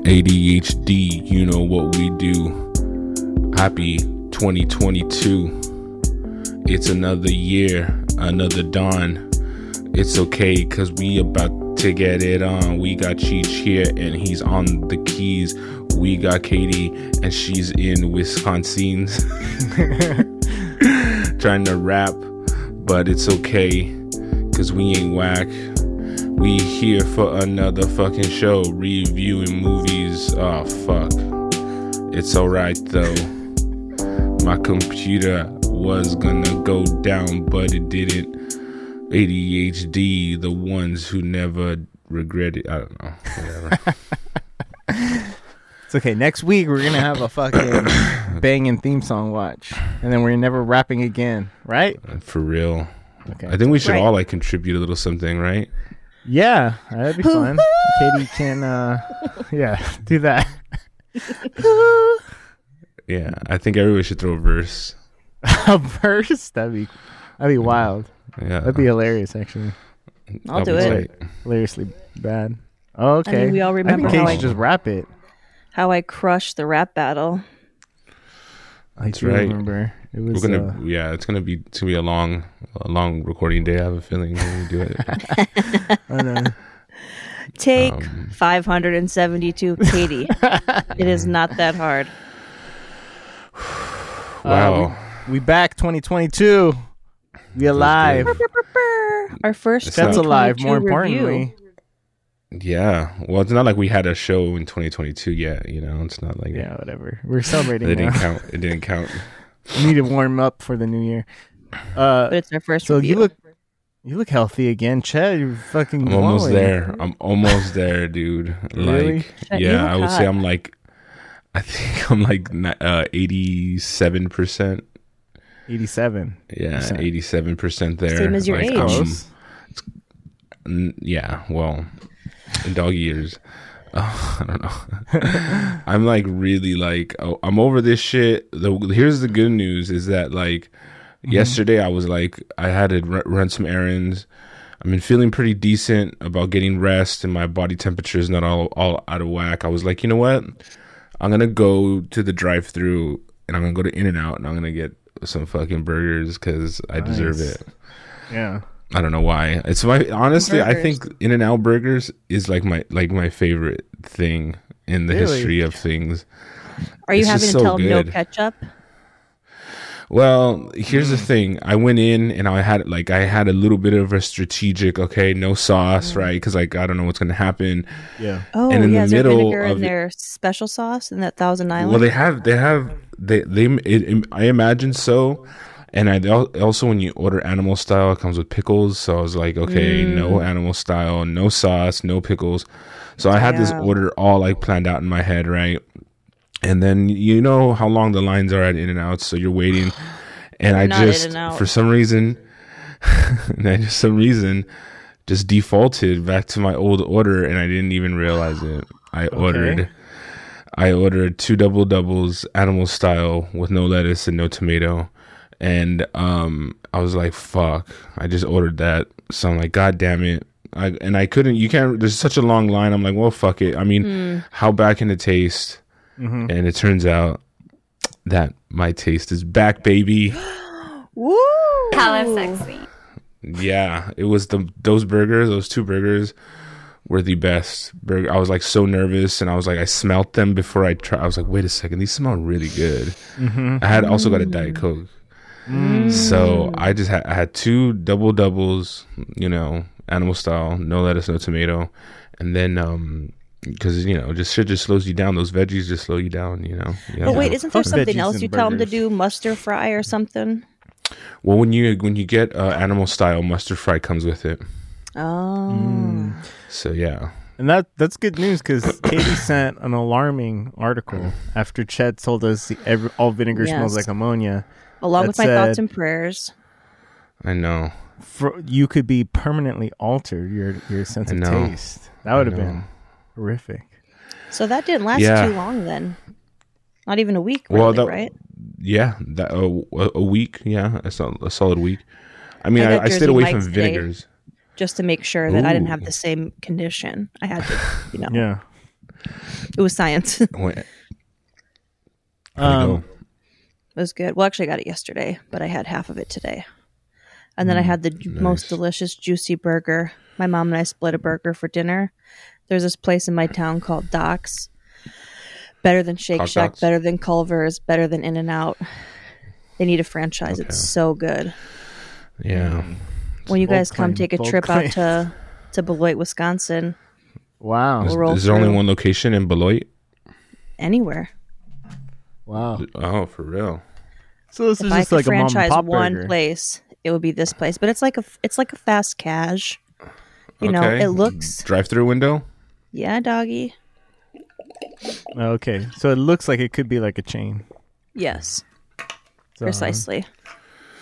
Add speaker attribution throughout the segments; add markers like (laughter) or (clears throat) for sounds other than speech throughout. Speaker 1: ADHD, you know what we do. Happy 2022. It's another year, another dawn. It's okay, cause we about to get it on. We got Cheech here and he's on the keys. We got Katie and she's in Wisconsin (laughs) trying to rap, but it's okay, cause we ain't whack. We here for another fucking show, reviewing movies. Oh fuck. It's alright though. My computer was gonna go down, but it didn't. ADHD, the ones who never regret it. I don't know.
Speaker 2: (laughs)
Speaker 1: Whatever.
Speaker 2: It's okay. Next week we're gonna (coughs) have a fucking banging theme song watch, and then we're never rapping again, right?
Speaker 1: for real.
Speaker 2: Okay.
Speaker 1: I think we should
Speaker 3: Right.
Speaker 1: all like contribute a little something, right?
Speaker 2: yeah, that'd be fun. Katie can, (laughs) uh, yeah, do that.
Speaker 1: Yeah. I think everybody should throw a verse.
Speaker 2: (laughs) a verse that'd be that'd be wild.
Speaker 1: Yeah.
Speaker 2: That'd be hilarious, actually.
Speaker 3: I'll
Speaker 1: That
Speaker 3: do
Speaker 1: was
Speaker 3: it.
Speaker 1: tight.
Speaker 2: Hilariously bad. Okay.
Speaker 3: we all remember
Speaker 2: I think
Speaker 3: how
Speaker 2: Katie
Speaker 3: I-
Speaker 2: should just rap it.
Speaker 3: How I crushed the rap battle.
Speaker 2: I
Speaker 1: That's
Speaker 2: do
Speaker 1: right.
Speaker 2: Remember it
Speaker 1: We're
Speaker 2: was.
Speaker 1: gonna,
Speaker 2: uh,
Speaker 1: yeah, it's gonna be, it's gonna be a long, a long recording day. I have a feeling when we do it.
Speaker 3: (laughs)
Speaker 2: uh, I don't know.
Speaker 3: Take
Speaker 1: Um,
Speaker 3: 572,
Speaker 1: (laughs)
Speaker 3: Katie. it is not
Speaker 2: (laughs)
Speaker 3: that hard.
Speaker 1: (laughs) wow.
Speaker 2: Uh, we back 2022. We alive.
Speaker 1: good.
Speaker 3: Our first
Speaker 2: That's alive.
Speaker 3: 2022
Speaker 2: More
Speaker 3: review.
Speaker 2: importantly,
Speaker 1: Yeah. Well, it's not like we had a show in 2022 yet. You know, it's not like
Speaker 2: yeah, whatever. We're celebrating.
Speaker 1: it didn't
Speaker 2: now.
Speaker 1: count. It didn't
Speaker 3: (laughs)
Speaker 1: count.
Speaker 2: (laughs) We need to warm up for the new
Speaker 1: (laughs)
Speaker 2: year.
Speaker 3: But
Speaker 2: Uh,
Speaker 3: it's our first
Speaker 2: so
Speaker 3: review.
Speaker 2: you look, you look healthy again, Chad. You're fucking.
Speaker 1: I'm almost
Speaker 2: glowing.
Speaker 1: there. I'm almost there, dude.
Speaker 2: Really?
Speaker 1: Like,
Speaker 3: Uh, you
Speaker 1: yeah,
Speaker 3: look
Speaker 1: I would
Speaker 3: hot.
Speaker 1: say I'm like, I think (laughs) I'm like ni- uh, 87%.
Speaker 2: Eighty-seven.
Speaker 1: Yeah,
Speaker 2: Percent.
Speaker 1: 87% there.
Speaker 3: Same as your
Speaker 1: Like,
Speaker 3: age.
Speaker 1: um,
Speaker 2: Close.
Speaker 1: n- yeah, well, in dog years. Oh, (laughs) I don't know. (laughs) I'm like really like oh, I'm over this shit. The here's the good news is that like yesterday I was like I had to r- run some errands. I've been feeling pretty decent about getting rest and my body temperature is not all all out of whack. I was like, you know what? I'm gonna go to the drive-through and I'm gonna go to In and Out and I'm gonna get some fucking burgers because I deserve
Speaker 2: Nice.
Speaker 1: it.
Speaker 2: Yeah.
Speaker 1: I don't know why. It's my honestly. I think In and Out Burgers is like my like my favorite thing in the
Speaker 2: Really?
Speaker 1: history of things.
Speaker 3: Are you
Speaker 1: it's
Speaker 3: having
Speaker 1: just
Speaker 3: to
Speaker 1: so
Speaker 3: tell them no
Speaker 1: good.
Speaker 3: ketchup?
Speaker 1: Well, here's the thing. I went in and I had like I had a little bit of a strategic. Okay, no sauce, right? Because like I don't know what's gonna happen.
Speaker 2: Yeah.
Speaker 3: Oh,
Speaker 1: And in the
Speaker 3: yeah, is there
Speaker 1: middle
Speaker 3: vinegar
Speaker 1: of
Speaker 3: in
Speaker 1: it-
Speaker 3: their special sauce in that Thousand Island?
Speaker 1: Well, they have they have they they. It, it, I imagine so. And I al- also when you order animal style, it comes with pickles. So I was like, okay, no
Speaker 3: Mm.
Speaker 1: animal style, no sauce, no pickles. So I had this
Speaker 3: Yeah.
Speaker 1: order all like planned out in my head, right? And then you know how long the lines are at In and Out, so you're waiting.
Speaker 3: (gasps)
Speaker 1: And I
Speaker 3: Not In
Speaker 1: just
Speaker 3: 'N Out.
Speaker 1: for some reason, (laughs) and I just some reason just defaulted back to my old order, and I didn't even realize it. I ordered. I ordered two double doubles, animal style, with no lettuce and no tomato. And um, I was like, "Fuck!" I just ordered that, so I'm like, "God damn it!" I, and I couldn't. You can't. There's such a long line. I'm like, "Well, fuck it." I mean, how bad can it taste?
Speaker 2: Mhm.
Speaker 1: And it turns out that my taste is back, baby.
Speaker 3: Woo!
Speaker 4: Hella sexy.
Speaker 1: Yeah, it was the those burgers, those two burgers were the best burger. I was like so nervous, and I was like, I smelt them before I tried. I was like, wait a second, these smell really good. I had also got a diet coke, so I just had I had two double doubles, you know, animal style, no lettuce, no tomato, and then um. Because you know, just shit just slows you down. Those veggies just slow you down. You know. Yeah.
Speaker 3: But Oh, wait, isn't there
Speaker 2: Fuck
Speaker 3: something
Speaker 2: veggies
Speaker 3: else
Speaker 2: and
Speaker 3: you tell them to
Speaker 2: burgers.
Speaker 3: do? Mustard fry or something?
Speaker 1: well, when you when you get uh, animal style mustard fry comes with it.
Speaker 3: Oh.
Speaker 2: Mm.
Speaker 1: So yeah.
Speaker 2: And that that's good news because
Speaker 1: (coughs)
Speaker 2: Katie sent an alarming article after Chad told us the, every, all vinegar smells like
Speaker 3: Yes.
Speaker 2: ammonia.
Speaker 3: Along
Speaker 2: That
Speaker 3: with my thoughts
Speaker 2: said-
Speaker 3: and prayers.
Speaker 1: I know.
Speaker 2: For, you could be permanently altered your your sense
Speaker 1: I
Speaker 2: of
Speaker 1: know.
Speaker 2: taste. That would have
Speaker 1: know.
Speaker 2: been horrific.
Speaker 3: So that didn't last
Speaker 1: Yeah.
Speaker 3: too long then. Not even a week,
Speaker 1: Well,
Speaker 3: really,
Speaker 1: that-
Speaker 3: right?
Speaker 1: Yeah, that a, a- a week. Yeah, a, sol- a solid week. I mean,
Speaker 3: I
Speaker 1: I,
Speaker 3: got
Speaker 1: I, stayed
Speaker 3: Jersey
Speaker 1: away
Speaker 3: Mike's
Speaker 1: from
Speaker 3: today.
Speaker 1: vinegars.
Speaker 3: Just to make sure that I didn't have
Speaker 1: Ooh.
Speaker 3: the same condition. I had to, you know.
Speaker 2: Yeah.
Speaker 3: It was science. (laughs) it
Speaker 1: Oh, Wait,
Speaker 2: Um,
Speaker 3: was good. Well, actually, I got it yesterday, but I had half of it today. And
Speaker 1: Mm,
Speaker 3: then I had the ju- most delicious, juicy burger. My mom and I split a burger for dinner. There's this place in my town called Doc's. Better than Shake
Speaker 1: Cock
Speaker 3: Shack,
Speaker 1: Doc's?
Speaker 3: better than Culver's, better than In and Out. They need a franchise. It's so good.
Speaker 1: yeah,
Speaker 3: When you
Speaker 2: Bold
Speaker 3: guys
Speaker 2: claim,
Speaker 3: come take a
Speaker 2: bold
Speaker 3: trip
Speaker 2: claim.
Speaker 3: out to to Beloit, Wisconsin,
Speaker 2: wow,
Speaker 3: roll
Speaker 1: is there only
Speaker 3: through.
Speaker 1: one location in Beloit?
Speaker 3: anywhere.
Speaker 2: wow.
Speaker 1: Oh, for real?
Speaker 2: So this
Speaker 3: If
Speaker 2: is
Speaker 3: I
Speaker 2: just
Speaker 3: could
Speaker 2: like a mom and
Speaker 3: franchise
Speaker 2: pop
Speaker 3: one
Speaker 2: burger.
Speaker 3: place, it would be this place. But it's like a it's like a fast cash. You know,
Speaker 1: Okay.
Speaker 3: it looks
Speaker 1: Drive-through window?
Speaker 3: yeah, doggy.
Speaker 2: Okay, so it looks like it could be like a chain.
Speaker 3: Yes,
Speaker 2: Uh-huh. So,
Speaker 3: precisely.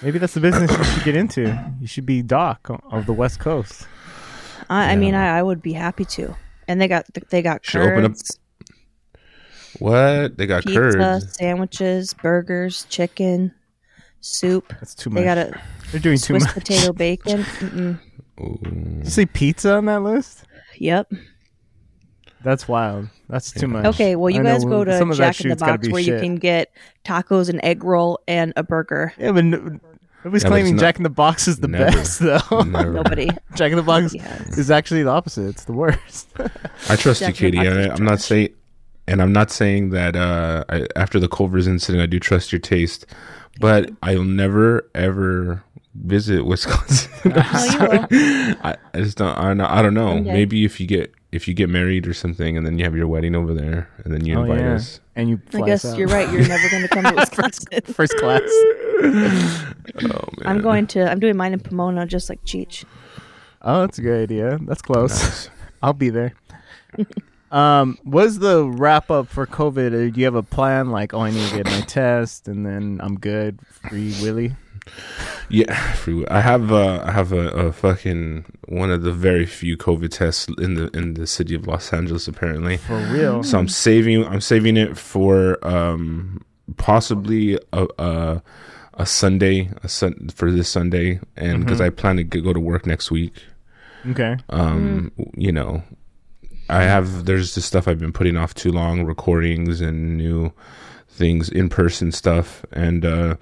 Speaker 2: Maybe that's the business you should get into. You should be Doc of the West Coast.
Speaker 3: I, I mean, I, I would be happy to. And they got they got
Speaker 1: Should open up
Speaker 3: curds,
Speaker 1: What? They got
Speaker 3: pizza, (laughs)
Speaker 1: curds.
Speaker 3: sandwiches, burgers, chicken, soup.
Speaker 2: That's too much.
Speaker 3: They got a
Speaker 2: They're doing (laughs) too
Speaker 3: Swiss
Speaker 2: much.
Speaker 3: potato bacon. Mm-mm.
Speaker 1: Ooh.
Speaker 2: You see pizza on that list?
Speaker 3: Yep.
Speaker 2: That's wild. That's too much.
Speaker 3: Okay. Well, you
Speaker 2: I know
Speaker 3: guys go
Speaker 2: when- some
Speaker 3: to
Speaker 2: of that
Speaker 3: Jack in the
Speaker 2: shoot's gotta
Speaker 3: Box
Speaker 2: be
Speaker 3: where you
Speaker 2: shit.
Speaker 3: can get tacos, an egg roll, and a burger.
Speaker 2: Yeah, but no, nobody's
Speaker 1: Yeah, but
Speaker 2: claiming
Speaker 1: it's not-
Speaker 2: Jack in the Box is the
Speaker 1: Never.
Speaker 2: best, though.
Speaker 1: Never.
Speaker 2: (laughs)
Speaker 3: Nobody.
Speaker 2: Jack in the Box
Speaker 3: Yes.
Speaker 2: is actually the opposite. It's the worst. (laughs)
Speaker 1: I trust you,
Speaker 3: Jack in the
Speaker 1: Katie.
Speaker 3: Box is
Speaker 1: I, I'm not saying, and I'm not saying that uh, I, after the Culver's incident, I do trust your taste, but I'll never ever visit (laughs) Wisconsin.
Speaker 3: No, you will.
Speaker 1: I, I just don't. I, don't- I don't know.
Speaker 3: Someday.
Speaker 1: Maybe if you get if you get married or something, and then you have your wedding over there, and then you invite us.
Speaker 2: And you
Speaker 3: I
Speaker 2: fly
Speaker 3: guess
Speaker 2: us out.
Speaker 3: you're right. You're never going to come
Speaker 2: (laughs)
Speaker 3: to Wisconsin.
Speaker 2: First
Speaker 3: (laughs)
Speaker 2: class.
Speaker 3: I'm going to. I'm doing mine in Pomona, just like Cheech.
Speaker 2: Oh, that's a good idea. That's close. I'll be there. um, was the wrap up for COVID? Or do you have a plan? Like, oh, I need to get my test, and then I'm good, free Willy.
Speaker 1: Yeah, (laughs) free will. I have uh, I have a, a fucking one of the very few COVID tests in the in the city of Los Angeles apparently.
Speaker 2: For real.
Speaker 1: So I'm saving I'm saving it for um possibly a a, a Sunday a sun, for this Sunday and because I plan to g- go to work next week. (laughs)
Speaker 2: Okay.
Speaker 1: Um, you know, I have there's just stuff I've been putting off too long, recordings and new things, in person stuff, and uh,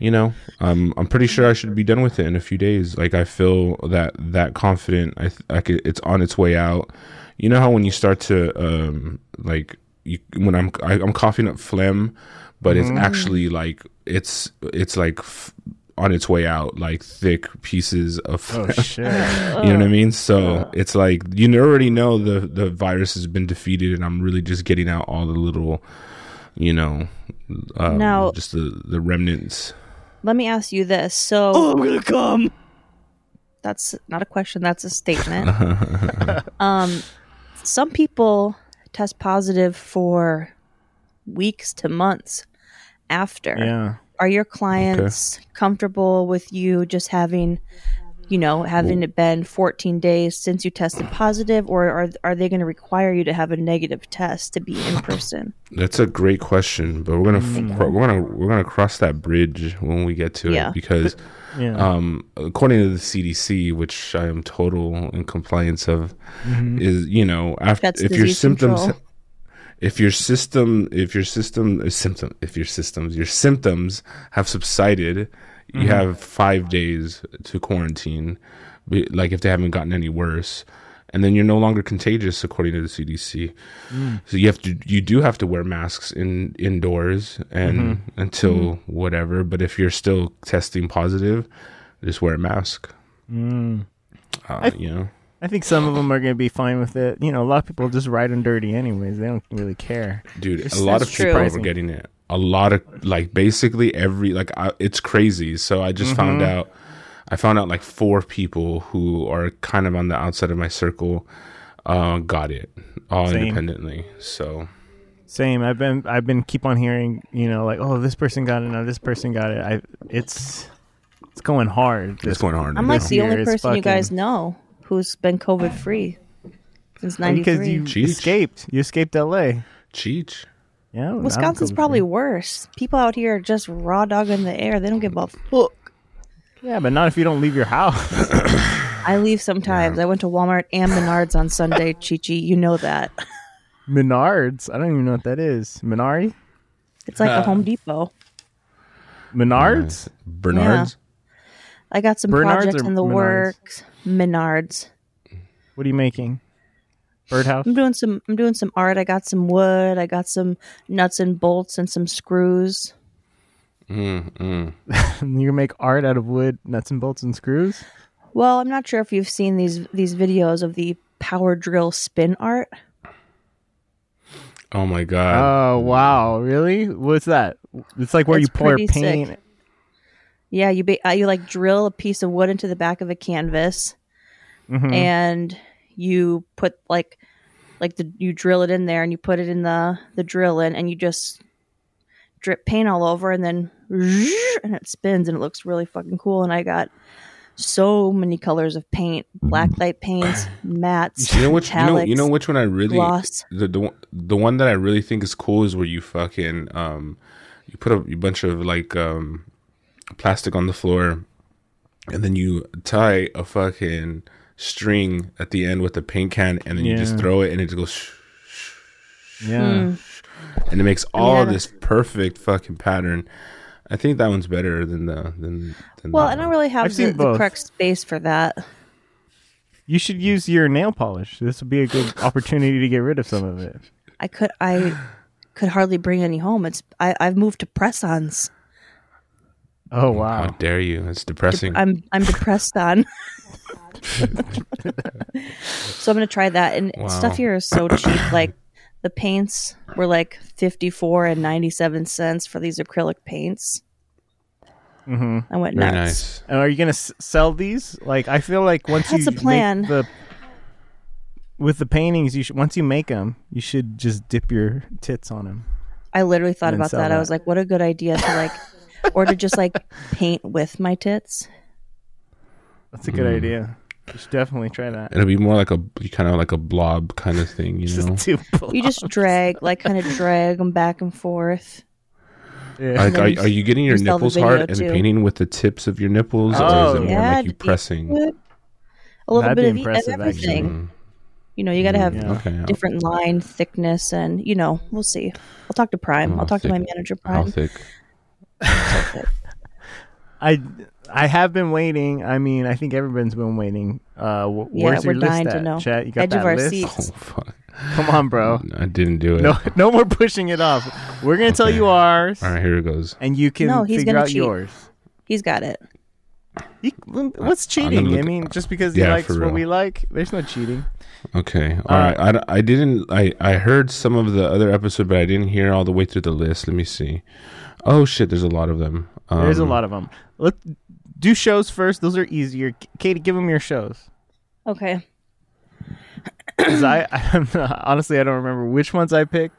Speaker 1: you know, I'm I'm pretty sure I should be done with it in a few days. Like I feel that that confident, I th- like it- it's on its way out. You know how when you start to um like you when I'm I, I'm coughing up phlegm, but it's actually like it's it's like. F- on its way out, like thick pieces of
Speaker 2: Oh
Speaker 1: phlegm
Speaker 2: shit.
Speaker 1: you
Speaker 3: Uh,
Speaker 1: know what I mean? So it's like you already know the the virus has been defeated, and I'm really just getting out all the little, you know, um,
Speaker 3: Now-
Speaker 1: just the the remnants.
Speaker 3: Let me ask you this. So, oh, I'm gonna come. That's not a question. That's
Speaker 2: (laughs)
Speaker 3: a statement. um, some people test positive for weeks to months after.
Speaker 2: yeah.
Speaker 3: Are your clients comfortable with you just having, you know, having it been 14 days since you tested positive, or are are they going to require you to have a negative test to be in person?
Speaker 1: That's a great question, but we're gonna cro- we're gonna we're gonna cross that bridge when we get to
Speaker 3: Mm-hmm. Yeah.
Speaker 1: it because
Speaker 2: Yeah.
Speaker 1: um, according to the CDC, which I am total in compliance of, is you know after
Speaker 3: Mm-hmm. That's
Speaker 1: if your
Speaker 3: disease
Speaker 1: symptoms,
Speaker 3: control.
Speaker 1: if your system, if your system uh, symptom, if your systems, your symptoms have subsided, you have five days to quarantine. Be- Like if they haven't gotten any worse, and then you're no longer contagious according to the CDC. So you have to, you do have to wear masks in indoors and until whatever. But if you're still testing positive, just wear a mask. Uh, you know,
Speaker 2: I think some of them are going to be fine with it. You know, a lot of people just ride them dirty anyways. They don't really care.
Speaker 1: dude, a
Speaker 2: It's-
Speaker 1: lot
Speaker 3: that's
Speaker 1: of people
Speaker 3: true.
Speaker 1: were getting it. A lot of like basically every like I, it's crazy. So I just found out. I found out like four people who are kind of on the outside of my circle uh, got it all
Speaker 2: Same.
Speaker 1: independently. So
Speaker 2: Same. I've been I've been keep on hearing, you know, like, oh, this person got it, now this person got it. I it's it's going hard.
Speaker 1: it's going hard.
Speaker 3: I'm
Speaker 1: now.
Speaker 3: like the only
Speaker 2: Here is
Speaker 3: person you guys
Speaker 2: fucking-
Speaker 3: know who's been COVID free since
Speaker 2: because
Speaker 3: '93.
Speaker 2: you
Speaker 1: Cheech.
Speaker 2: escaped. You escaped L.A.
Speaker 1: Cheech.
Speaker 2: Yeah, I'm
Speaker 3: Wisconsin's
Speaker 2: COVID-free.
Speaker 3: probably worse. People out here are just raw dog in the air. They don't give a fuck.
Speaker 2: Yeah, but not if you don't leave your house. (laughs) (laughs)
Speaker 3: I leave sometimes. I went to Walmart and Menards on Sunday, Chi Chi. You know that.
Speaker 2: Menards. I don't even know what that is. Menari?
Speaker 3: It's like a Home Depot.
Speaker 2: Menards?
Speaker 1: Bernard's.
Speaker 3: I got some
Speaker 2: Bernards
Speaker 3: projects
Speaker 2: or
Speaker 3: in the
Speaker 2: Menards?
Speaker 3: works. Menards.
Speaker 2: What are you making? (laughs) Birdhouse?
Speaker 3: I'm doing some. I'm doing some art. I got some wood. I got some nuts and bolts and some screws.
Speaker 1: Mm, mm.
Speaker 2: you can make art out of wood, nuts and bolts and screws?
Speaker 3: Well, I'm not sure if you've seen these these videos of the power drill spin art.
Speaker 1: Oh my god.
Speaker 2: Oh, wow. Really? What's that? It's like where
Speaker 3: It's
Speaker 2: you pour
Speaker 3: pretty sick.
Speaker 2: paint.
Speaker 3: Yeah, you ba- uh, you like drill a piece of wood into the back of a canvas,
Speaker 2: Mhm.
Speaker 3: and you put like like the you drill it in there, and you put it in the the drill in, and you just drip paint all over, and then and it spins, and it looks really fucking cool. And I got so many colors of paint:
Speaker 2: Mm-hmm.
Speaker 3: black
Speaker 2: (sighs)
Speaker 3: light paints, mattes,
Speaker 1: You know which you know,
Speaker 3: metallics,
Speaker 1: you know which one I really
Speaker 3: gloss.
Speaker 1: the, the one- the one that I really think is cool is where you fucking um you put a, bunch of like um plastic on the floor and then you tie a fucking string at the end with a paint can and then you just
Speaker 2: Yeah.
Speaker 1: throw it and it just goes (sniffs) sh-
Speaker 2: Yeah.
Speaker 1: and it makes all
Speaker 3: I don't-
Speaker 1: this perfect fucking pattern. I think that one's better than the than, than
Speaker 3: Well,
Speaker 1: that
Speaker 3: I don't
Speaker 1: one.
Speaker 3: really have
Speaker 2: I've
Speaker 3: the,
Speaker 2: seen
Speaker 3: the
Speaker 2: both.
Speaker 3: correct space for that.
Speaker 2: You should use your nail polish. This would be a (laughs) good opportunity to get rid of some of it.
Speaker 3: I could I could hardly bring any home. It's I, I've moved to press-ons.
Speaker 2: Oh,
Speaker 1: How
Speaker 2: wow.
Speaker 1: dare you? It's depressing.
Speaker 3: I'm I'm depressed on. (laughs) so I'm gonna try that. And
Speaker 1: Wow.
Speaker 3: stuff here is so cheap. Like the paints were like 54 and 97 cents for these acrylic paints. Mm-hmm. I went
Speaker 1: Very
Speaker 3: nuts.
Speaker 1: nice.
Speaker 2: And are you going to s- sell these? Like, I feel like once
Speaker 3: That's
Speaker 2: you
Speaker 3: a plan.
Speaker 2: make the with the paintings, you should once you make them, you should just dip your tits on them.
Speaker 3: I literally thought
Speaker 2: And
Speaker 3: about
Speaker 2: sell
Speaker 3: that. I
Speaker 2: that.
Speaker 3: was like, what a good idea to (laughs) like, or to just like paint with my tits.
Speaker 2: That's a good
Speaker 1: Hmm.
Speaker 2: idea. You should definitely try that.
Speaker 1: It'll be more like a kind of like a blob kind of thing, you know.
Speaker 2: (laughs) Just too
Speaker 3: You just drag, like, kind of drag them back and forth.
Speaker 1: Like,
Speaker 3: (laughs)
Speaker 1: are, are you getting your
Speaker 3: you sell the
Speaker 1: nipples
Speaker 3: video,
Speaker 1: hard and
Speaker 3: too.
Speaker 1: painting with the tips of your nipples, or
Speaker 2: Oh,
Speaker 1: is it more
Speaker 3: yeah,
Speaker 1: like you
Speaker 3: it'd be
Speaker 1: pressing?
Speaker 3: With a little
Speaker 2: That'd
Speaker 3: bit
Speaker 2: be
Speaker 3: of e-
Speaker 2: impressive,
Speaker 3: of
Speaker 2: actually. Mm,
Speaker 3: everything. You know, you got to have
Speaker 2: Yeah.
Speaker 1: Okay, how,
Speaker 3: different line thickness, and you know, we'll see. I'll talk to Prime.
Speaker 1: How
Speaker 3: I'll talk to my
Speaker 1: Oh, thick-
Speaker 3: manager,
Speaker 1: how
Speaker 3: Prime.
Speaker 1: thick?
Speaker 2: (laughs) I I have been waiting. I mean, I think everyone's been waiting. Uh, wh-
Speaker 3: Yeah,
Speaker 2: where's
Speaker 3: we're
Speaker 2: your list
Speaker 3: dying
Speaker 2: at,
Speaker 3: to know.
Speaker 2: Chat? You got
Speaker 3: Edge
Speaker 2: that
Speaker 3: of our
Speaker 2: list?
Speaker 1: Oh
Speaker 3: seats.
Speaker 1: fuck!
Speaker 2: Come
Speaker 1: (laughs)
Speaker 2: on, bro.
Speaker 1: I didn't do it.
Speaker 2: No, (laughs) no more pushing it off. We're gonna tell
Speaker 1: Okay.
Speaker 2: you ours,
Speaker 1: All right, here it goes.
Speaker 2: and you can
Speaker 3: No, he's
Speaker 2: figure
Speaker 3: gonna
Speaker 2: out
Speaker 3: cheat.
Speaker 2: yours.
Speaker 3: He's got it.
Speaker 2: You- what's
Speaker 1: gonna
Speaker 2: cheating? I
Speaker 1: look-
Speaker 2: mean, just because
Speaker 1: Yeah,
Speaker 2: he likes
Speaker 1: for
Speaker 2: what
Speaker 1: real.
Speaker 2: we like, there's no cheating.
Speaker 1: Okay, all right. I d- I, didn't. I I heard some of the other episode, but I didn't hear all the way through the list. Let me see. Oh shit! There's a lot of them. Um,
Speaker 2: There's a lot of them. Let do shows first. Those are easier. K- Katie, give them your shows.
Speaker 3: Okay.
Speaker 2: 'Cause I, (laughs) I'm not- honestly, I don't remember which ones I picked.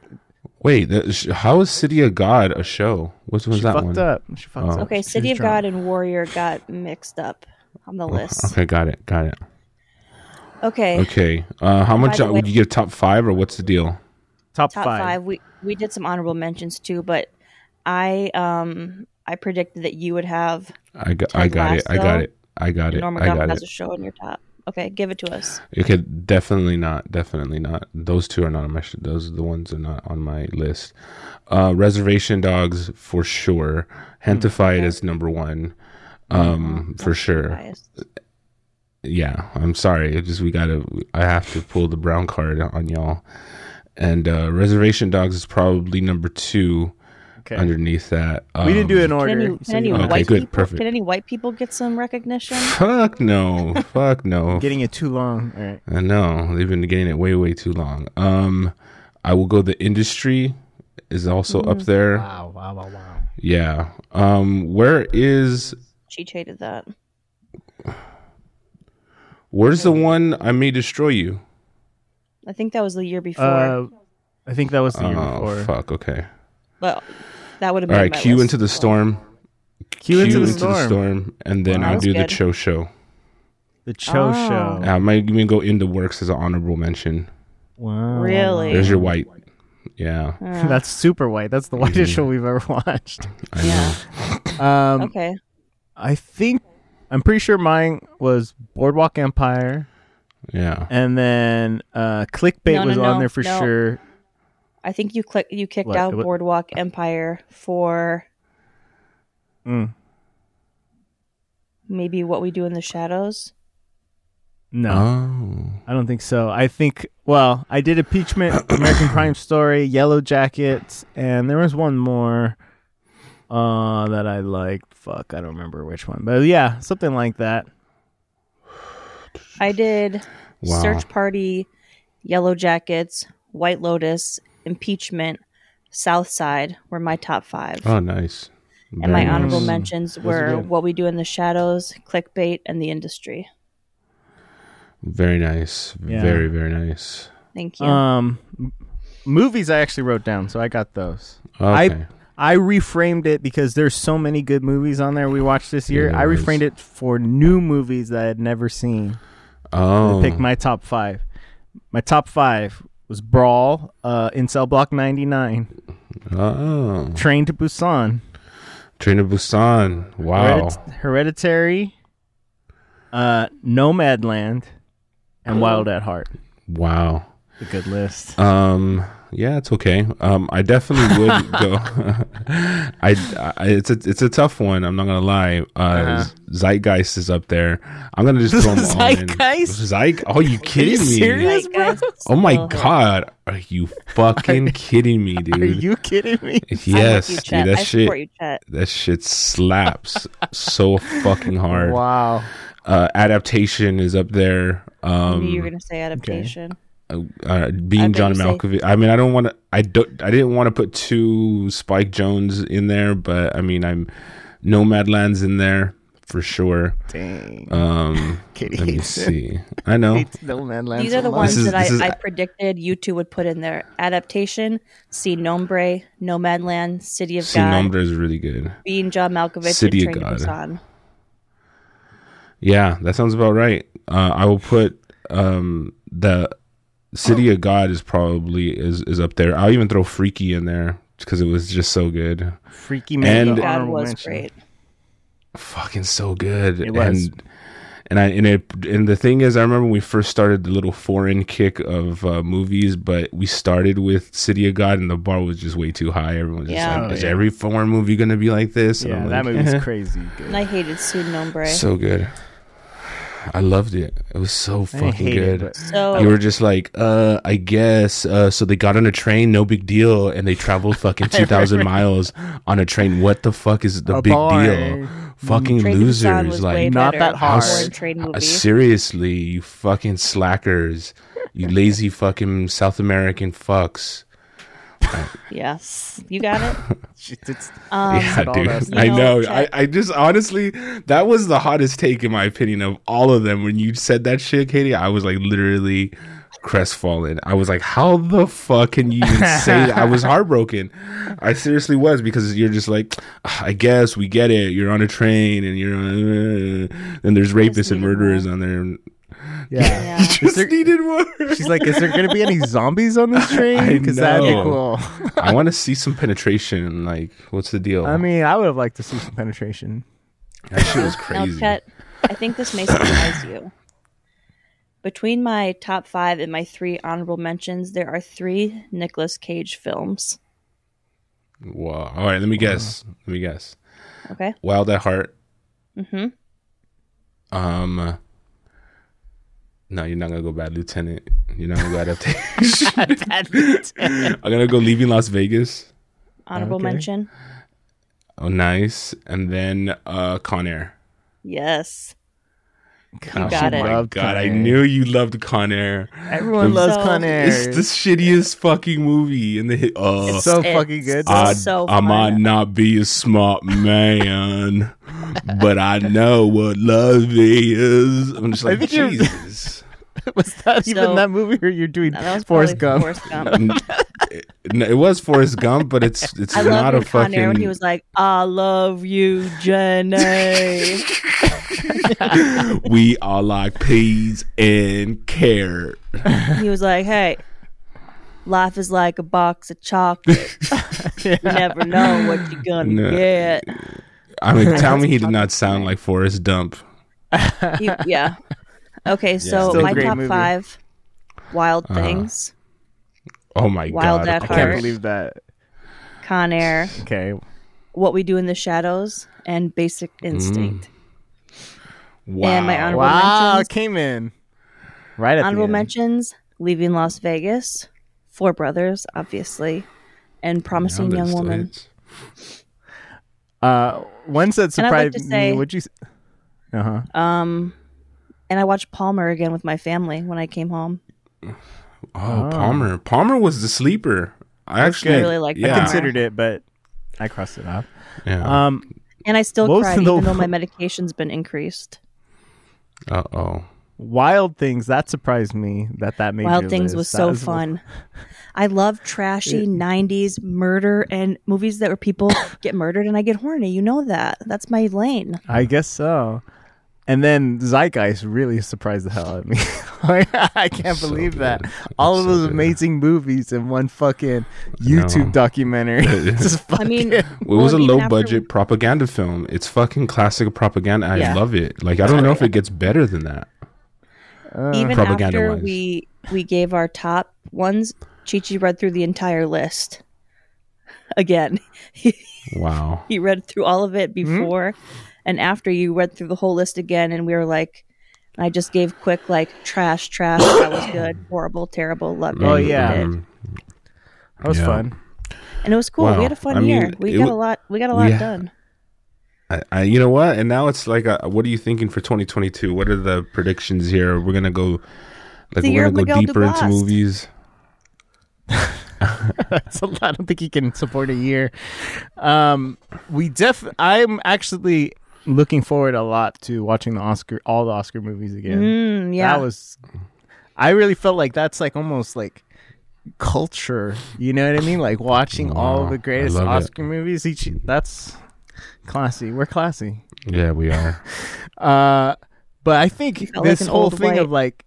Speaker 1: Wait, the, sh- how is City of God a show? What was
Speaker 2: she
Speaker 1: that
Speaker 2: fucked
Speaker 1: one?
Speaker 2: up. She fucked
Speaker 1: Oh.
Speaker 2: up.
Speaker 3: Okay.
Speaker 2: She
Speaker 3: City
Speaker 2: was
Speaker 3: of
Speaker 2: drunk.
Speaker 3: God and Warrior got mixed up on the list.
Speaker 1: Okay, got it, got it.
Speaker 3: Okay.
Speaker 1: Oh. Okay, uh, how much
Speaker 3: Eh. the
Speaker 1: uh,
Speaker 3: way-
Speaker 1: would you give top five, or what's the deal?
Speaker 2: Top,
Speaker 3: Top
Speaker 2: five.
Speaker 3: five. We we did some honorable mentions too, but I um I predicted that you would have
Speaker 1: I got, I
Speaker 3: Ted
Speaker 1: got it. I got
Speaker 3: Lasso.
Speaker 1: it. I got it.
Speaker 3: Norma
Speaker 1: I
Speaker 3: Gump
Speaker 1: got
Speaker 3: has
Speaker 1: it.
Speaker 3: a show in your top. Okay, give it to us.
Speaker 1: Okay, definitely not. Definitely not. Those two are not on my. Sh- those are the ones that are not on my list. Uh, Reservation Dogs for sure. Hentified is number one, um, for sure.
Speaker 3: Biased.
Speaker 1: Yeah, I'm sorry. It just we gotta. I have to pull the brown card on y'all. And uh, Reservation Dogs is probably number two.
Speaker 2: Okay.
Speaker 1: Underneath that, Um,
Speaker 2: we didn't do it in
Speaker 3: Can
Speaker 2: order.
Speaker 3: any, can
Speaker 2: so
Speaker 3: any
Speaker 2: you
Speaker 1: Okay,
Speaker 2: know.
Speaker 3: white
Speaker 1: good,
Speaker 3: people,
Speaker 1: perfect.
Speaker 3: Can any white people get some
Speaker 1: (laughs)
Speaker 3: recognition?
Speaker 1: Fuck no. Fuck no.
Speaker 2: Getting it too long. All right.
Speaker 1: I know they've been getting it way, way too long. Um, I will go. The industry is also
Speaker 3: Mm.
Speaker 1: up there.
Speaker 2: Wow, wow, wow, wow.
Speaker 1: Yeah. Um, where is
Speaker 3: She hated that.
Speaker 1: where's the one I may destroy you?
Speaker 3: I think that was the year before,
Speaker 2: Uh, I think that was the year
Speaker 1: Oh
Speaker 2: before.
Speaker 1: fuck. Okay.
Speaker 3: but that would have
Speaker 1: All
Speaker 3: been
Speaker 1: right.
Speaker 3: my
Speaker 1: Cue
Speaker 3: list.
Speaker 1: into the storm.
Speaker 2: Cue into the storm.
Speaker 1: and then
Speaker 2: Wow.
Speaker 1: I'll
Speaker 3: That's
Speaker 1: do the
Speaker 3: good.
Speaker 1: Cho show.
Speaker 2: The Cho
Speaker 3: Oh.
Speaker 2: Show.
Speaker 1: I might even go into works as an honorable mention.
Speaker 2: Wow.
Speaker 3: Really?
Speaker 1: There's your white. Yeah.
Speaker 2: (laughs)
Speaker 3: Uh,
Speaker 2: That's super white. That's the whitest show we've ever (laughs) watched.
Speaker 1: I
Speaker 3: yeah.
Speaker 1: (laughs)
Speaker 2: Um,
Speaker 3: Okay.
Speaker 2: I think I'm pretty sure mine was Boardwalk Empire,
Speaker 1: know. Yeah.
Speaker 2: and then uh, clickbait
Speaker 3: No, no,
Speaker 2: was on
Speaker 3: no,
Speaker 2: there for
Speaker 3: no.
Speaker 2: sure.
Speaker 3: I think you click you kicked
Speaker 2: What-
Speaker 3: out
Speaker 2: what-
Speaker 3: Boardwalk Empire for
Speaker 2: Mm.
Speaker 3: maybe What We Do in the Shadows.
Speaker 2: No.
Speaker 1: Oh.
Speaker 2: I don't think so. I think well, I did
Speaker 1: (coughs)
Speaker 2: impeachment, American Crime Story, Yellow Jackets, and there was one more uh that I liked. Fuck, I don't remember which one. But yeah, something like that.
Speaker 3: I did
Speaker 1: Wow.
Speaker 3: Search Party, Yellow Jackets, White Lotus, Impeachment, South Side were my top five.
Speaker 1: Oh, nice.
Speaker 3: and my
Speaker 1: Very
Speaker 3: honorable
Speaker 1: nice.
Speaker 3: mentions
Speaker 2: are
Speaker 3: were
Speaker 2: good.
Speaker 3: What We Do in the Shadows, Clickbait, and The Industry.
Speaker 1: Very nice.
Speaker 2: Yeah.
Speaker 1: Very, very nice.
Speaker 3: Thank you.
Speaker 2: Um m- movies I actually wrote down, so I got those.
Speaker 1: Okay.
Speaker 2: I reframed it because there's so many good movies on there we watched this year.
Speaker 1: Yeah,
Speaker 2: I
Speaker 1: there is.
Speaker 2: reframed it for new movies that I had never seen.
Speaker 1: oh.
Speaker 2: I picked my top five. My top five was Brawl, uh, Incel Block 99,
Speaker 1: oh.
Speaker 2: Train to Busan,
Speaker 1: Train to Busan. Wow.
Speaker 2: Heredit- Hereditary, uh, Nomadland, and Wild at Heart.
Speaker 1: Wow.
Speaker 2: A good
Speaker 1: (laughs)
Speaker 2: list.
Speaker 1: Um. Yeah, it's okay. Um, I definitely would go. (laughs) I, I, it's a, it's a tough one. I'm not gonna lie. Uh,
Speaker 2: Uh-huh.
Speaker 1: Zeitgeist is up there. I'm gonna just throw them all in.
Speaker 2: Zeitgeist?
Speaker 1: Zeitgeist. Oh, you kidding me?
Speaker 2: serious? yes, bro.
Speaker 3: Zeitgeist
Speaker 1: Oh my
Speaker 3: still hit.
Speaker 1: god, are you fucking kidding me, dude?
Speaker 2: Are you kidding me?
Speaker 3: I'm with
Speaker 1: yes,
Speaker 3: you,
Speaker 1: dude.
Speaker 3: Chet.
Speaker 1: That
Speaker 3: I
Speaker 1: shit.
Speaker 3: support you, Chet.
Speaker 1: That shit slaps so fucking hard.
Speaker 2: (laughs) Wow.
Speaker 1: Uh, adaptation is up there.
Speaker 3: I
Speaker 1: Um,
Speaker 3: knew you were gonna say adaptation.
Speaker 1: uh, uh,
Speaker 3: I
Speaker 1: being
Speaker 3: thought
Speaker 1: John
Speaker 3: you said-
Speaker 1: Malkovich. I mean, I don't want to. I don't. I didn't want to put two Spike Jones in there, but I mean, I'm Nomadland's in there for sure.
Speaker 2: Dang.
Speaker 1: Um,
Speaker 2: (laughs) Katie
Speaker 1: let me
Speaker 2: hates it.
Speaker 1: see. I
Speaker 2: (laughs)
Speaker 1: know.
Speaker 2: Hates Nomadland
Speaker 3: These
Speaker 2: so
Speaker 3: are the
Speaker 2: much.
Speaker 3: ones
Speaker 1: is-
Speaker 3: that I,
Speaker 1: this is-
Speaker 3: I predicted you two would put in there. Adaptation, See Nombre, Nomadland, City of
Speaker 1: Sin
Speaker 3: God,
Speaker 1: Nombre is really good.
Speaker 3: being John Malkovich,
Speaker 1: City of
Speaker 3: and Train to
Speaker 1: God.
Speaker 3: Busan.
Speaker 1: Yeah, that sounds about right. Uh, I will put um, the City of God is probably is is up there. I'll even throw Freaky in there because it was just so good,
Speaker 2: Freaky man.
Speaker 1: And-
Speaker 2: the
Speaker 3: God
Speaker 2: honorable
Speaker 3: was
Speaker 2: mention.
Speaker 3: great.
Speaker 1: fucking so good.
Speaker 2: It was.
Speaker 1: And, and I and it and the thing is, I remember when we first started the little foreign kick of uh, movies, but we started with City of God, and the bar was just way too high. Everyone was
Speaker 3: Yeah.
Speaker 1: just like,
Speaker 2: Oh,
Speaker 1: "Is
Speaker 2: yeah.
Speaker 1: every foreign movie gonna be like this?" And
Speaker 2: Yeah,
Speaker 1: I'm
Speaker 2: that
Speaker 1: like, (laughs)
Speaker 2: movie's crazy. Good.
Speaker 3: And I hated See Nombre. So,
Speaker 1: so good. I loved it. It was so
Speaker 2: I
Speaker 1: fucking
Speaker 2: hate
Speaker 1: good.
Speaker 2: it. But
Speaker 1: you were just like, uh, I guess. Uh, so they got on a train, no big deal, and they traveled fucking
Speaker 2: (laughs)
Speaker 1: two thousand miles on a train. What the fuck is the
Speaker 2: A
Speaker 1: big
Speaker 2: bar. Mm,
Speaker 1: deal?
Speaker 2: (laughs)
Speaker 1: Fucking
Speaker 3: Train to Busan
Speaker 1: losers,
Speaker 3: was way
Speaker 1: like
Speaker 2: not
Speaker 3: better
Speaker 2: that
Speaker 3: than a
Speaker 2: hard.
Speaker 3: foreign train
Speaker 1: uh,
Speaker 3: movie.
Speaker 1: seriously, you fucking slackers, you
Speaker 3: (laughs)
Speaker 1: lazy fucking South American fucks.
Speaker 3: yes, you got it. (laughs)
Speaker 2: it's,
Speaker 1: (laughs)
Speaker 3: Um,
Speaker 1: yeah,
Speaker 2: said all
Speaker 1: dude.
Speaker 2: that
Speaker 1: I
Speaker 3: stuff.
Speaker 1: know.
Speaker 3: You know,
Speaker 1: I, I just honestly, that was the hottest take in my opinion of all of them. When you said that shit, Katie, I was like literally crestfallen. I was like, how the fuck can you even say that? I
Speaker 3: (laughs)
Speaker 1: was heartbroken. I seriously was because you're just like, "Ah, I guess we get it. You're on a train and you're on, uh, and there's rapists and
Speaker 3: needed
Speaker 1: murderers on there. (laughs) and
Speaker 2: yeah.
Speaker 3: Yeah.
Speaker 1: Just needed more.
Speaker 2: She's like, is there going to be
Speaker 3: (laughs)
Speaker 2: any zombies on this
Speaker 1: (laughs) I
Speaker 2: train? Because that'd be
Speaker 1: know.
Speaker 2: cool.
Speaker 1: I want to see some penetration. Like, what's the deal? (laughs)
Speaker 2: I mean, I would have liked to see some penetration.
Speaker 1: that shit
Speaker 3: (laughs)
Speaker 1: was
Speaker 3: Now,
Speaker 1: crazy.
Speaker 3: Chet, I think this may surprise you. Between my top five and my three honorable mentions, there are three Nicolas Cage films.
Speaker 1: Wow. All right, let me guess. Let me guess.
Speaker 3: Okay.
Speaker 1: Wild at Heart.
Speaker 3: Mm-hmm.
Speaker 1: Um. No, you're not gonna go Bad Lieutenant. You're not gonna go
Speaker 3: (laughs)
Speaker 1: Adaptation.
Speaker 2: (laughs)
Speaker 1: I'm gonna go Leaving Las Vegas.
Speaker 3: Honorable
Speaker 2: Okay.
Speaker 3: mention.
Speaker 1: Oh, nice. And then uh, Con Air.
Speaker 3: Yes.
Speaker 1: oh,
Speaker 3: got it.
Speaker 1: my
Speaker 2: Loved
Speaker 1: God,
Speaker 2: Con
Speaker 1: I
Speaker 2: Air.
Speaker 1: knew you loved Con Air.
Speaker 2: Everyone
Speaker 1: So-
Speaker 2: loves Con Air.
Speaker 1: It's the shittiest fucking movie in the. hi- Oh,
Speaker 2: It's so fucking good.
Speaker 3: so,
Speaker 1: I,
Speaker 3: so
Speaker 1: I
Speaker 3: fun.
Speaker 1: might not be a smart man, but I know what love is. I'm just
Speaker 2: I
Speaker 1: like
Speaker 2: think you're-
Speaker 1: Jesus.
Speaker 2: (laughs) was that even
Speaker 3: So-
Speaker 2: that movie or you're doing
Speaker 3: That was
Speaker 2: Forrest
Speaker 3: probably
Speaker 2: Gump?
Speaker 1: (laughs)
Speaker 3: Forrest Gump.
Speaker 1: N- it, no, it was Forrest Gump, but it's it's
Speaker 3: I love
Speaker 1: not a
Speaker 3: when Con Air
Speaker 1: fucking.
Speaker 3: when he was like, "I love you, Jenny."
Speaker 1: we are like peas and carrot.
Speaker 3: he was like, "Hey, life is like a box of chocolate. you never know what you're gonna
Speaker 1: No.
Speaker 3: get."
Speaker 1: I
Speaker 3: (laughs)
Speaker 1: mean, tell
Speaker 3: that's
Speaker 1: me he did
Speaker 3: fucking
Speaker 1: not sound like Forrest Dump.
Speaker 3: You- yeah. Okay, so
Speaker 2: Still a
Speaker 3: my
Speaker 2: great Uh-huh.
Speaker 3: top
Speaker 2: movie.
Speaker 3: five wild things.
Speaker 1: Oh my
Speaker 3: Wild
Speaker 1: god! of
Speaker 3: at
Speaker 2: I can't
Speaker 1: course.
Speaker 2: believe that.
Speaker 3: Con Air,
Speaker 2: Okay.
Speaker 3: What We Do in the Shadows, and Basic
Speaker 2: Mm.
Speaker 3: Instinct.
Speaker 1: Wow.
Speaker 3: And my honorable
Speaker 2: Wow,
Speaker 3: mentions.
Speaker 2: came in right at
Speaker 3: Honorable
Speaker 2: the end.
Speaker 3: mentions: Leaving Las Vegas, Four Brothers, obviously, and Promising
Speaker 1: Now
Speaker 3: Young
Speaker 1: this
Speaker 3: Woman.
Speaker 1: is-
Speaker 2: Uh, ones that
Speaker 3: And I'd like
Speaker 2: surprised
Speaker 3: to say-
Speaker 2: me. Would you? Uh huh.
Speaker 3: Um, and I watched Palmer again with my family when I came home.
Speaker 1: Oh, Palmer. Palmer was the sleeper. I actually
Speaker 3: good. I really liked
Speaker 1: yeah,
Speaker 3: Palmer.
Speaker 2: Considered it, but I crossed it off.
Speaker 1: Yeah.
Speaker 2: Um,
Speaker 3: And I still
Speaker 2: Most
Speaker 3: cried,
Speaker 2: of the- (laughs)
Speaker 3: even though my medication's been increased.
Speaker 1: Uh oh.
Speaker 2: Wild Things that surprised me that that made
Speaker 3: Wild
Speaker 2: your
Speaker 3: Things
Speaker 2: list.
Speaker 3: was
Speaker 2: That
Speaker 3: so (laughs) fun. I love trashy 90s murder and movies that where (coughs) people get murdered and I get horny. You know that. That's my lane.
Speaker 2: I guess so. And then Zeitgeist really surprised the hell out of me. (laughs) Like, I can't
Speaker 1: So
Speaker 2: believe that
Speaker 1: good.
Speaker 2: all of
Speaker 1: So
Speaker 2: those
Speaker 1: good.
Speaker 2: amazing movies in one fucking YouTube
Speaker 1: know.
Speaker 2: documentary. (laughs) Just
Speaker 3: I mean,
Speaker 2: fucking-
Speaker 1: It was a low budget propaganda film. It's fucking classic propaganda. I
Speaker 3: Yeah.
Speaker 1: love it. Like I don't know if it gets better than that.
Speaker 3: even
Speaker 1: propaganda
Speaker 3: after
Speaker 1: wise.
Speaker 3: we we gave our top ones, Chichi read through the entire list. Again, (laughs)
Speaker 1: Wow.
Speaker 3: he read through all of it before and after you read through the whole list again and we were like I just gave quick like trash, trash, that was (coughs) good, horrible, terrible, loved it.
Speaker 2: Oh,
Speaker 3: hated
Speaker 2: yeah.
Speaker 3: it.
Speaker 2: that was
Speaker 1: Yeah.
Speaker 2: fun. (laughs)
Speaker 3: And it was cool.
Speaker 1: Wow.
Speaker 3: We had a fun
Speaker 1: I mean,
Speaker 3: year. We
Speaker 1: it
Speaker 3: got
Speaker 1: wa-
Speaker 3: a lot we got a lot
Speaker 1: Yeah.
Speaker 3: done.
Speaker 1: I, I, you know what? And now it's like, uh what are you thinking for 2022? What are the predictions here? We're gonna go, like,
Speaker 3: The year
Speaker 1: we're
Speaker 3: of
Speaker 1: gonna go
Speaker 3: Miguel
Speaker 1: deeper into
Speaker 3: Dubois.
Speaker 1: movies.
Speaker 2: That's a lot. I don't think he can support a year. Um, we def. I'm actually looking forward a lot to watching the Oscar, all the Oscar movies again.
Speaker 3: Mm, yeah.
Speaker 2: That was. I really felt like that's like almost like culture. You know what I mean? Like watching all
Speaker 1: Wow,
Speaker 2: the greatest
Speaker 1: I love it.
Speaker 2: Oscar movies each. That's classy. We're classy.
Speaker 1: Yeah, we are.
Speaker 2: Uh, but I think
Speaker 3: felt like
Speaker 2: this
Speaker 3: an
Speaker 2: whole
Speaker 3: old
Speaker 2: thing
Speaker 3: white.
Speaker 2: of like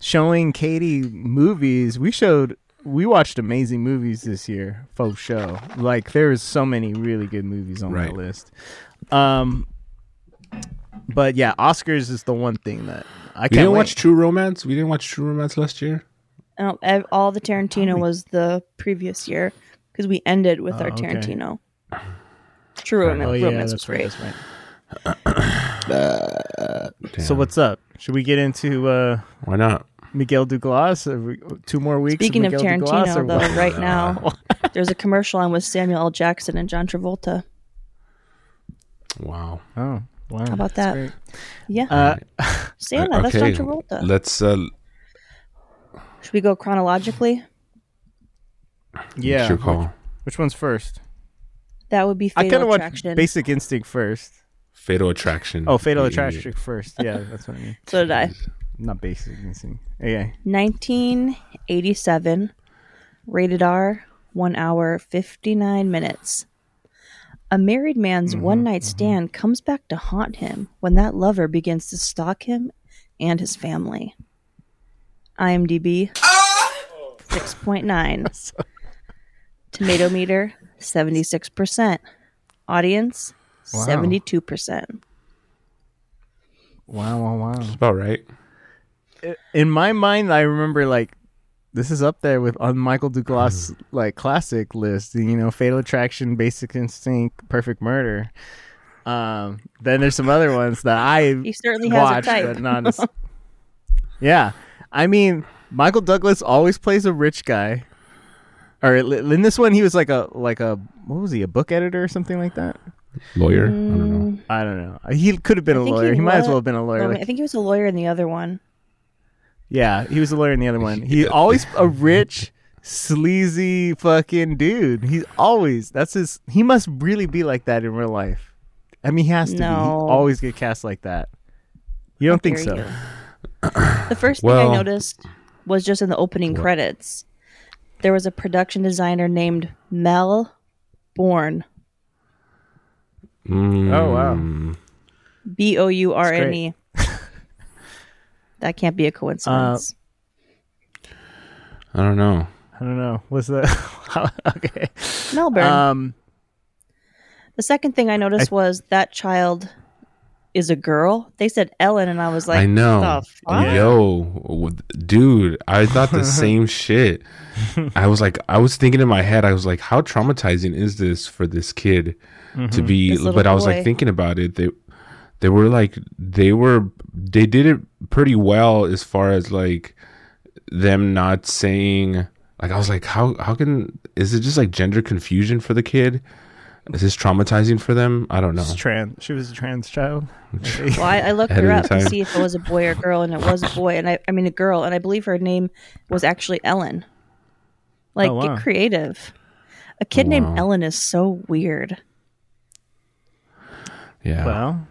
Speaker 2: showing Katie movies, we showed we watched amazing movies this year, faux show. Like there is so many really good movies on
Speaker 1: Right.
Speaker 2: that list. Um, but yeah, Oscars is the one thing that I
Speaker 1: We
Speaker 2: can't
Speaker 1: didn't
Speaker 2: wait.
Speaker 1: watch True Romance. We didn't watch True Romance last year.
Speaker 3: Oh, ev- all the Tarantino was the previous year because we ended with our
Speaker 2: Oh, okay.
Speaker 3: Tarantino. True Romance,
Speaker 2: Oh yeah,
Speaker 3: Romance was
Speaker 2: that's right.
Speaker 3: great. Uh,
Speaker 2: That's
Speaker 3: (coughs)
Speaker 2: right. So
Speaker 1: Damn.
Speaker 2: what's up? Should we get into uh,
Speaker 1: Why not?
Speaker 2: Miguel Douglas? Are we- Two more weeks.
Speaker 3: Speaking of
Speaker 2: Miguel Douglas,
Speaker 3: Tarantino,
Speaker 2: or what?
Speaker 3: though, right now there's a commercial on with Samuel L. Jackson and John Travolta.
Speaker 1: Wow.
Speaker 2: (laughs) Oh, wow.
Speaker 3: How about that?
Speaker 2: great.
Speaker 3: Yeah,
Speaker 2: Uh,
Speaker 3: Santa, that's John Travolta.
Speaker 1: Let's. Uh,
Speaker 3: Should we go chronologically?
Speaker 1: yeah.
Speaker 2: yeah.
Speaker 1: It's your call.
Speaker 2: Which one's first?
Speaker 3: That would be
Speaker 2: I kind
Speaker 3: Fatal
Speaker 2: of watched
Speaker 3: Attraction.
Speaker 2: Basic Instinct first.
Speaker 1: Fatal Attraction.
Speaker 2: Oh, Fatal
Speaker 1: Yeah.
Speaker 2: Attraction first. Yeah, that's what I mean.
Speaker 3: so did I.
Speaker 2: Not Basic Instinct. Okay.
Speaker 3: 1987, rated R, 1 hour 59 minutes. A married man's
Speaker 2: Mm-hmm,
Speaker 3: one night stand comes back to haunt him when that lover begins to stalk him and his family. IMDb
Speaker 2: (laughs)
Speaker 3: 6.9. Tomato meter 76%. Audience
Speaker 2: Wow.
Speaker 3: 72%.
Speaker 2: (laughs) Wow, wow, wow.
Speaker 1: About right.
Speaker 2: In my mind, I remember like this is up there with on Michael Douglas like classic list. You know, Fatal Attraction, Basic Instinct, Perfect Murder. Um, then there's some other ones
Speaker 3: (laughs)
Speaker 2: that I
Speaker 3: He certainly has
Speaker 2: watched,
Speaker 3: a type.
Speaker 2: but not
Speaker 3: (laughs)
Speaker 2: as. yeah, I mean, Michael Douglas always plays a rich guy. Or li- in this one, he was like a like a what was he a book editor or something like that?
Speaker 1: Lawyer. I don't know.
Speaker 2: I don't know. He could have been a
Speaker 3: think
Speaker 2: lawyer. He,
Speaker 3: he
Speaker 2: might as
Speaker 3: wa-
Speaker 2: well have been a lawyer.
Speaker 3: Well,
Speaker 2: Like,
Speaker 3: I think he was a lawyer in the other one.
Speaker 2: yeah, he was a lawyer in the other one. He always a rich, sleazy fucking dude. He's always that's his. He must really be like that in real life. I mean, he has to. be. He
Speaker 3: No.
Speaker 2: always get cast like that. You don't think so?
Speaker 3: dare The first thing
Speaker 1: Well-
Speaker 3: I noticed was just in the opening credits. There was a production designer named Mel Bourne,
Speaker 1: Mm.
Speaker 2: Oh wow.
Speaker 3: B O U R N
Speaker 2: great.
Speaker 3: E. (laughs) That can't be a coincidence.
Speaker 1: I don't know.
Speaker 2: I don't know. What's (laughs) that? okay.
Speaker 3: Melbourne.
Speaker 2: Um.
Speaker 3: the second thing I noticed was that child is a girl. They said Ellen, and I was like,
Speaker 1: I know.
Speaker 3: "The fuck?"
Speaker 1: Yo, dude, I thought the same shit. I was like, I was thinking in my head, I was like, how traumatizing is this for this kid to be?
Speaker 3: This little
Speaker 1: but I was
Speaker 3: boy.
Speaker 1: like thinking about it. They, they were like, they were, they did it pretty well as far as like them not saying. Like I was like, how how can is it just like gender confusion for the kid? Is this traumatizing for them? I don't know.
Speaker 2: She's trans. She was a trans child.
Speaker 3: Well, I, I looked
Speaker 1: Ahead
Speaker 3: her
Speaker 1: of
Speaker 3: up
Speaker 1: the
Speaker 3: to
Speaker 1: time.
Speaker 3: see if it was a boy or girl, and it was a boy, and I, I mean a girl, and I believe her name was actually Ellen. Like,
Speaker 2: Oh, wow.
Speaker 3: get creative. A kid
Speaker 1: Wow.
Speaker 3: named Ellen is so weird.
Speaker 1: Yeah.
Speaker 2: Well,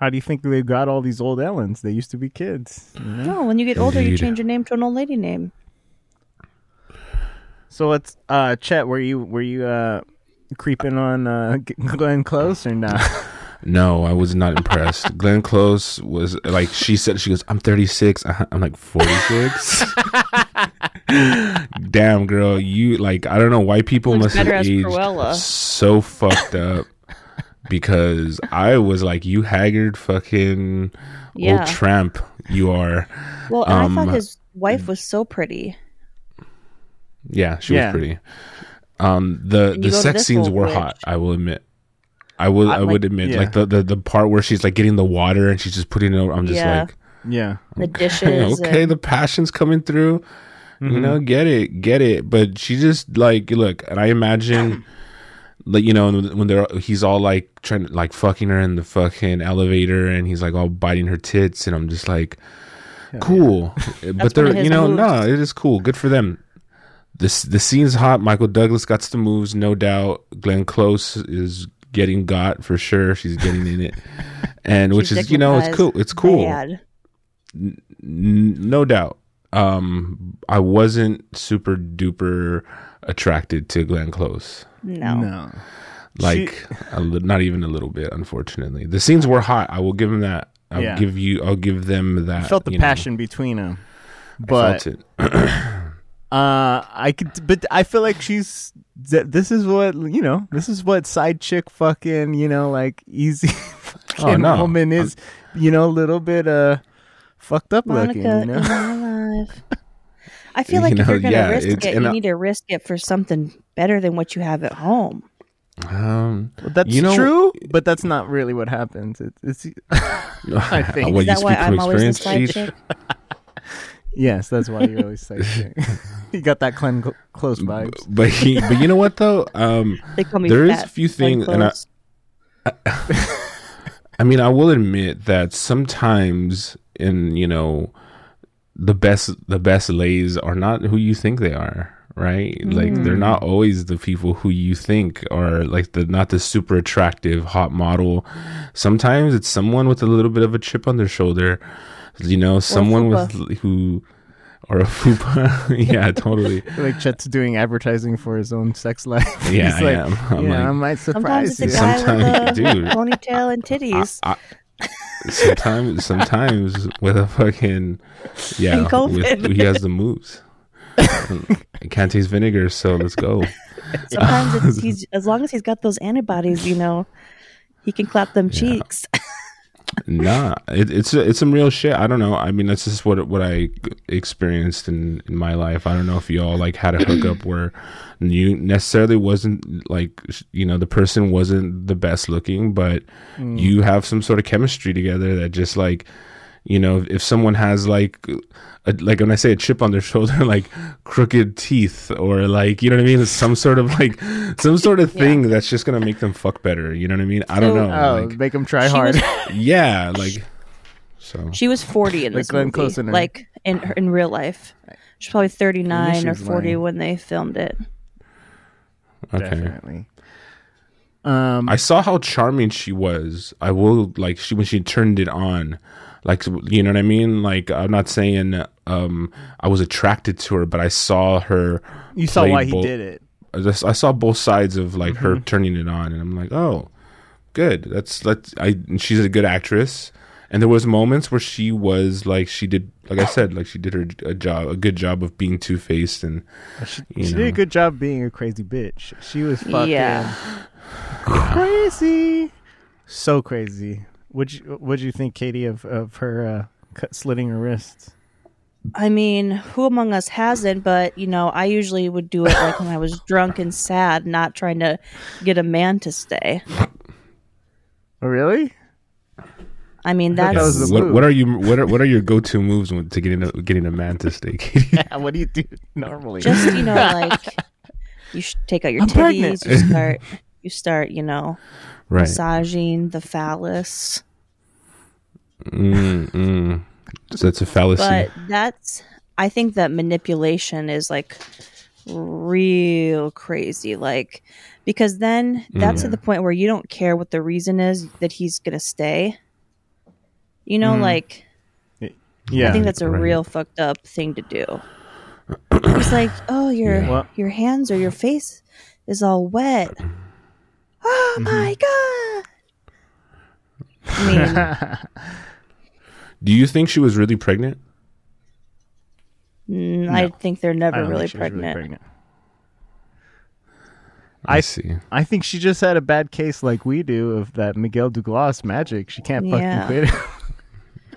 Speaker 2: how do you think they got all these old Ellens? They used to be kids. you know?
Speaker 3: No, when you get older, you
Speaker 1: Indeed.
Speaker 3: change your name to an old lady name.
Speaker 2: So let's, uh, Chet, were you were you uh, creeping on uh, G- Glenn Close or not?
Speaker 1: No, I was not impressed.
Speaker 3: (laughs)
Speaker 1: Glenn Close was like she said she goes, "I'm 36." Uh-huh. I'm like
Speaker 3: (laughs)
Speaker 1: 46. Damn, girl, you like I don't know why people
Speaker 3: Looks
Speaker 1: must have
Speaker 3: better as
Speaker 1: aged
Speaker 3: Cruella.
Speaker 1: so fucked up because I was like, "You haggard fucking
Speaker 3: Yeah.
Speaker 1: old tramp, you are."
Speaker 3: Well, and I
Speaker 1: Um,
Speaker 3: thought his wife was so pretty.
Speaker 1: Yeah, she
Speaker 2: Yeah.
Speaker 1: was pretty. Um, the
Speaker 3: And
Speaker 1: the
Speaker 3: you go to
Speaker 1: sex
Speaker 3: this
Speaker 1: scenes
Speaker 3: old
Speaker 1: were
Speaker 3: witch.
Speaker 1: hot. I will admit. I will.
Speaker 3: I
Speaker 1: I,
Speaker 3: like-
Speaker 1: would admit,
Speaker 2: Yeah.
Speaker 1: like the, the the part where she's like getting the water and she's just putting it. over. I'm just
Speaker 3: Yeah.
Speaker 1: like,
Speaker 2: yeah.
Speaker 3: The
Speaker 1: (laughs) okay,
Speaker 3: dishes.
Speaker 1: okay,
Speaker 3: and- Mm-hmm.
Speaker 1: the passion's coming through. You know, get it, get it. But she just like look, and I imagine, (clears throat) like you know, when they're he's all like trying to like fucking her in the fucking elevator, and he's like all biting her tits, and I'm just like,
Speaker 3: (laughs)
Speaker 1: cool. but
Speaker 3: one of
Speaker 1: they're
Speaker 3: his
Speaker 1: you know,
Speaker 3: moves.
Speaker 1: no, it is cool. Good for them. This the scene's hot. Michael Douglas got the moves, no doubt. Glenn Close is getting got for sure. She's getting in
Speaker 3: (laughs)
Speaker 1: it, and which
Speaker 3: she's
Speaker 1: is you know, it's cool.
Speaker 3: dignitized
Speaker 1: It's cool
Speaker 3: bad.
Speaker 1: n- no doubt. Um, I wasn't super duper attracted to Glenn Close,
Speaker 3: No.
Speaker 2: No.
Speaker 1: like a li- not even a little bit. Unfortunately, the scenes were hot. I will give him that. I'll
Speaker 2: Yeah.
Speaker 1: give you. I'll give them that.
Speaker 2: I felt the
Speaker 1: you know.
Speaker 2: passion between them,
Speaker 1: I
Speaker 2: but
Speaker 1: felt it.
Speaker 2: uh, I could. But I feel like she's. th- This is what you know. This is what side chick fucking you know like easy (laughs) fucking
Speaker 1: Oh, no.
Speaker 2: woman is. You know, a little bit uh fucked up
Speaker 3: Monica
Speaker 2: looking. You know.
Speaker 3: in my
Speaker 1: (laughs)
Speaker 3: life. I feel like
Speaker 1: You
Speaker 3: if
Speaker 1: know,
Speaker 3: you're going to
Speaker 1: yeah,
Speaker 3: risk
Speaker 1: it's-
Speaker 3: it,
Speaker 1: and
Speaker 3: you
Speaker 1: I-
Speaker 3: need to risk it for something better than what you have at home.
Speaker 1: Um,
Speaker 2: Well, that's
Speaker 1: You know-
Speaker 2: true, but that's not really what happens. It, it's (laughs)
Speaker 1: (laughs)
Speaker 2: I think
Speaker 1: what,
Speaker 3: Is
Speaker 1: you
Speaker 3: that why
Speaker 1: speak from
Speaker 3: I'm always the
Speaker 1: experience,
Speaker 3: side
Speaker 1: Cheech?
Speaker 3: chick?
Speaker 2: yes, that's why you're always like
Speaker 1: (laughs)
Speaker 2: you got that Glenn Cl- close vibes.
Speaker 1: But he, but you know what though? Um,
Speaker 3: They call me
Speaker 1: There is
Speaker 3: fat,
Speaker 1: a few
Speaker 3: fun
Speaker 1: things, and I-
Speaker 3: clothes.
Speaker 1: I mean, I will admit that sometimes in you know the best the best lays are not who you think they are, right? Like they're not always the people who you think are like the not the super attractive hot model. Sometimes it's someone with a little bit of a chip on their shoulder, you know, someone with who or a fupa. (laughs) yeah, totally.
Speaker 2: Like Chet's doing advertising for his own sex life. (laughs)
Speaker 1: Yeah,
Speaker 2: He's like,
Speaker 1: yeah, I'm- I'm
Speaker 2: yeah,
Speaker 1: like-
Speaker 2: I might
Speaker 3: Sometimes
Speaker 2: surprise
Speaker 3: it's a
Speaker 2: you.
Speaker 3: guy
Speaker 1: Sometimes- (laughs)
Speaker 3: with a
Speaker 1: dude.
Speaker 3: (laughs) ponytail and
Speaker 1: (laughs)
Speaker 3: titties.
Speaker 1: I- sometimes sometimes with a fucking yeah
Speaker 3: And COVID.
Speaker 1: with- he has the moves (laughs) I can't taste vinegar so let's go
Speaker 3: Sometimes it's, he's as long as he's got those antibodies, you know, he can clap them cheeks.
Speaker 1: nah it, it's it's some real shit i don't know i mean that's just what what i experienced in in my life i don't know if y'all like had a hookup where you necessarily wasn't like sh- you know the person wasn't the best looking but you have some sort of chemistry together that just like you know if someone has like a, like when i say a chip on their shoulder (laughs) like crooked teeth or like you know what i mean it's some sort of like some sort of thing that's just gonna make them fuck better you know what i mean i don't
Speaker 3: So-
Speaker 1: know
Speaker 2: Oh,
Speaker 1: like,
Speaker 2: make him try
Speaker 3: (laughs) She
Speaker 2: hard. (laughs)
Speaker 3: was-
Speaker 1: yeah like so
Speaker 3: She was 40 in
Speaker 2: Like
Speaker 3: this
Speaker 2: Glenn
Speaker 3: movie,
Speaker 2: Close in her-
Speaker 3: like in her- in real life. She's probably 39 or
Speaker 2: she's
Speaker 3: 40
Speaker 2: lying.
Speaker 3: when they filmed it.
Speaker 1: okay
Speaker 2: Definitely. Um,
Speaker 1: I saw how charming she was. I will like she when she turned it on, like you know what I mean. Like I'm not saying um I was attracted to her, but I saw her.
Speaker 2: you saw
Speaker 1: play
Speaker 2: why he
Speaker 1: bo-
Speaker 2: did it.
Speaker 1: I just- I saw both sides of like her turning it on, and I'm like, oh, good. That's that's I. and She's a good actress, and there was moments where she was like she did, like I said, like she did her a job, a good job of being two faced and
Speaker 2: She,
Speaker 1: you
Speaker 2: she did a
Speaker 1: know.
Speaker 2: good job being a crazy bitch. She was fucking
Speaker 3: Yeah.
Speaker 2: crazy, so crazy. Would you Would you think, Katie, of of her uh, cut, slitting her wrists?
Speaker 3: I mean, who among us hasn't? But you know, I usually would do it like when I was drunk and sad, not trying to get a man to stay.
Speaker 2: Oh, really?
Speaker 1: (laughs)
Speaker 3: I mean,
Speaker 2: thought that
Speaker 3: that's
Speaker 2: was the
Speaker 1: what,
Speaker 2: move.
Speaker 1: what are you? What are what are your go to moves when, to getting a, getting a man to stay, Katie?
Speaker 2: Yeah. What do you do normally?
Speaker 3: just
Speaker 2: (laughs)
Speaker 3: you know like you should take out your
Speaker 2: I'm
Speaker 3: titties,
Speaker 2: pregnant.
Speaker 3: you start you start you know
Speaker 1: right.
Speaker 3: massaging the phallus.
Speaker 1: Mm, mm. So that's a fallacy.
Speaker 3: But that's I think that manipulation is like real crazy like because then that's at the point where you don't care what the reason is that he's going to stay. You know like
Speaker 2: yeah.
Speaker 3: I think that's a
Speaker 1: Right.
Speaker 3: real fucked up thing to do.
Speaker 2: (clears throat)
Speaker 3: It's like, "Oh, your
Speaker 1: Yeah.
Speaker 2: Well-
Speaker 3: your hands or your face is all wet." (gasps) Oh
Speaker 2: Mm-hmm.
Speaker 3: my god. I mean,
Speaker 2: (laughs)
Speaker 1: Do you think she was really pregnant?
Speaker 3: Mm, I think they're
Speaker 2: I
Speaker 3: never
Speaker 2: don't
Speaker 3: really
Speaker 2: think she was
Speaker 3: pregnant.
Speaker 1: I,
Speaker 2: I-
Speaker 1: see.
Speaker 2: I think she just had a bad case, like we do, of that Miguel Douglas magic. She can't
Speaker 3: Yeah.
Speaker 2: fucking quit it.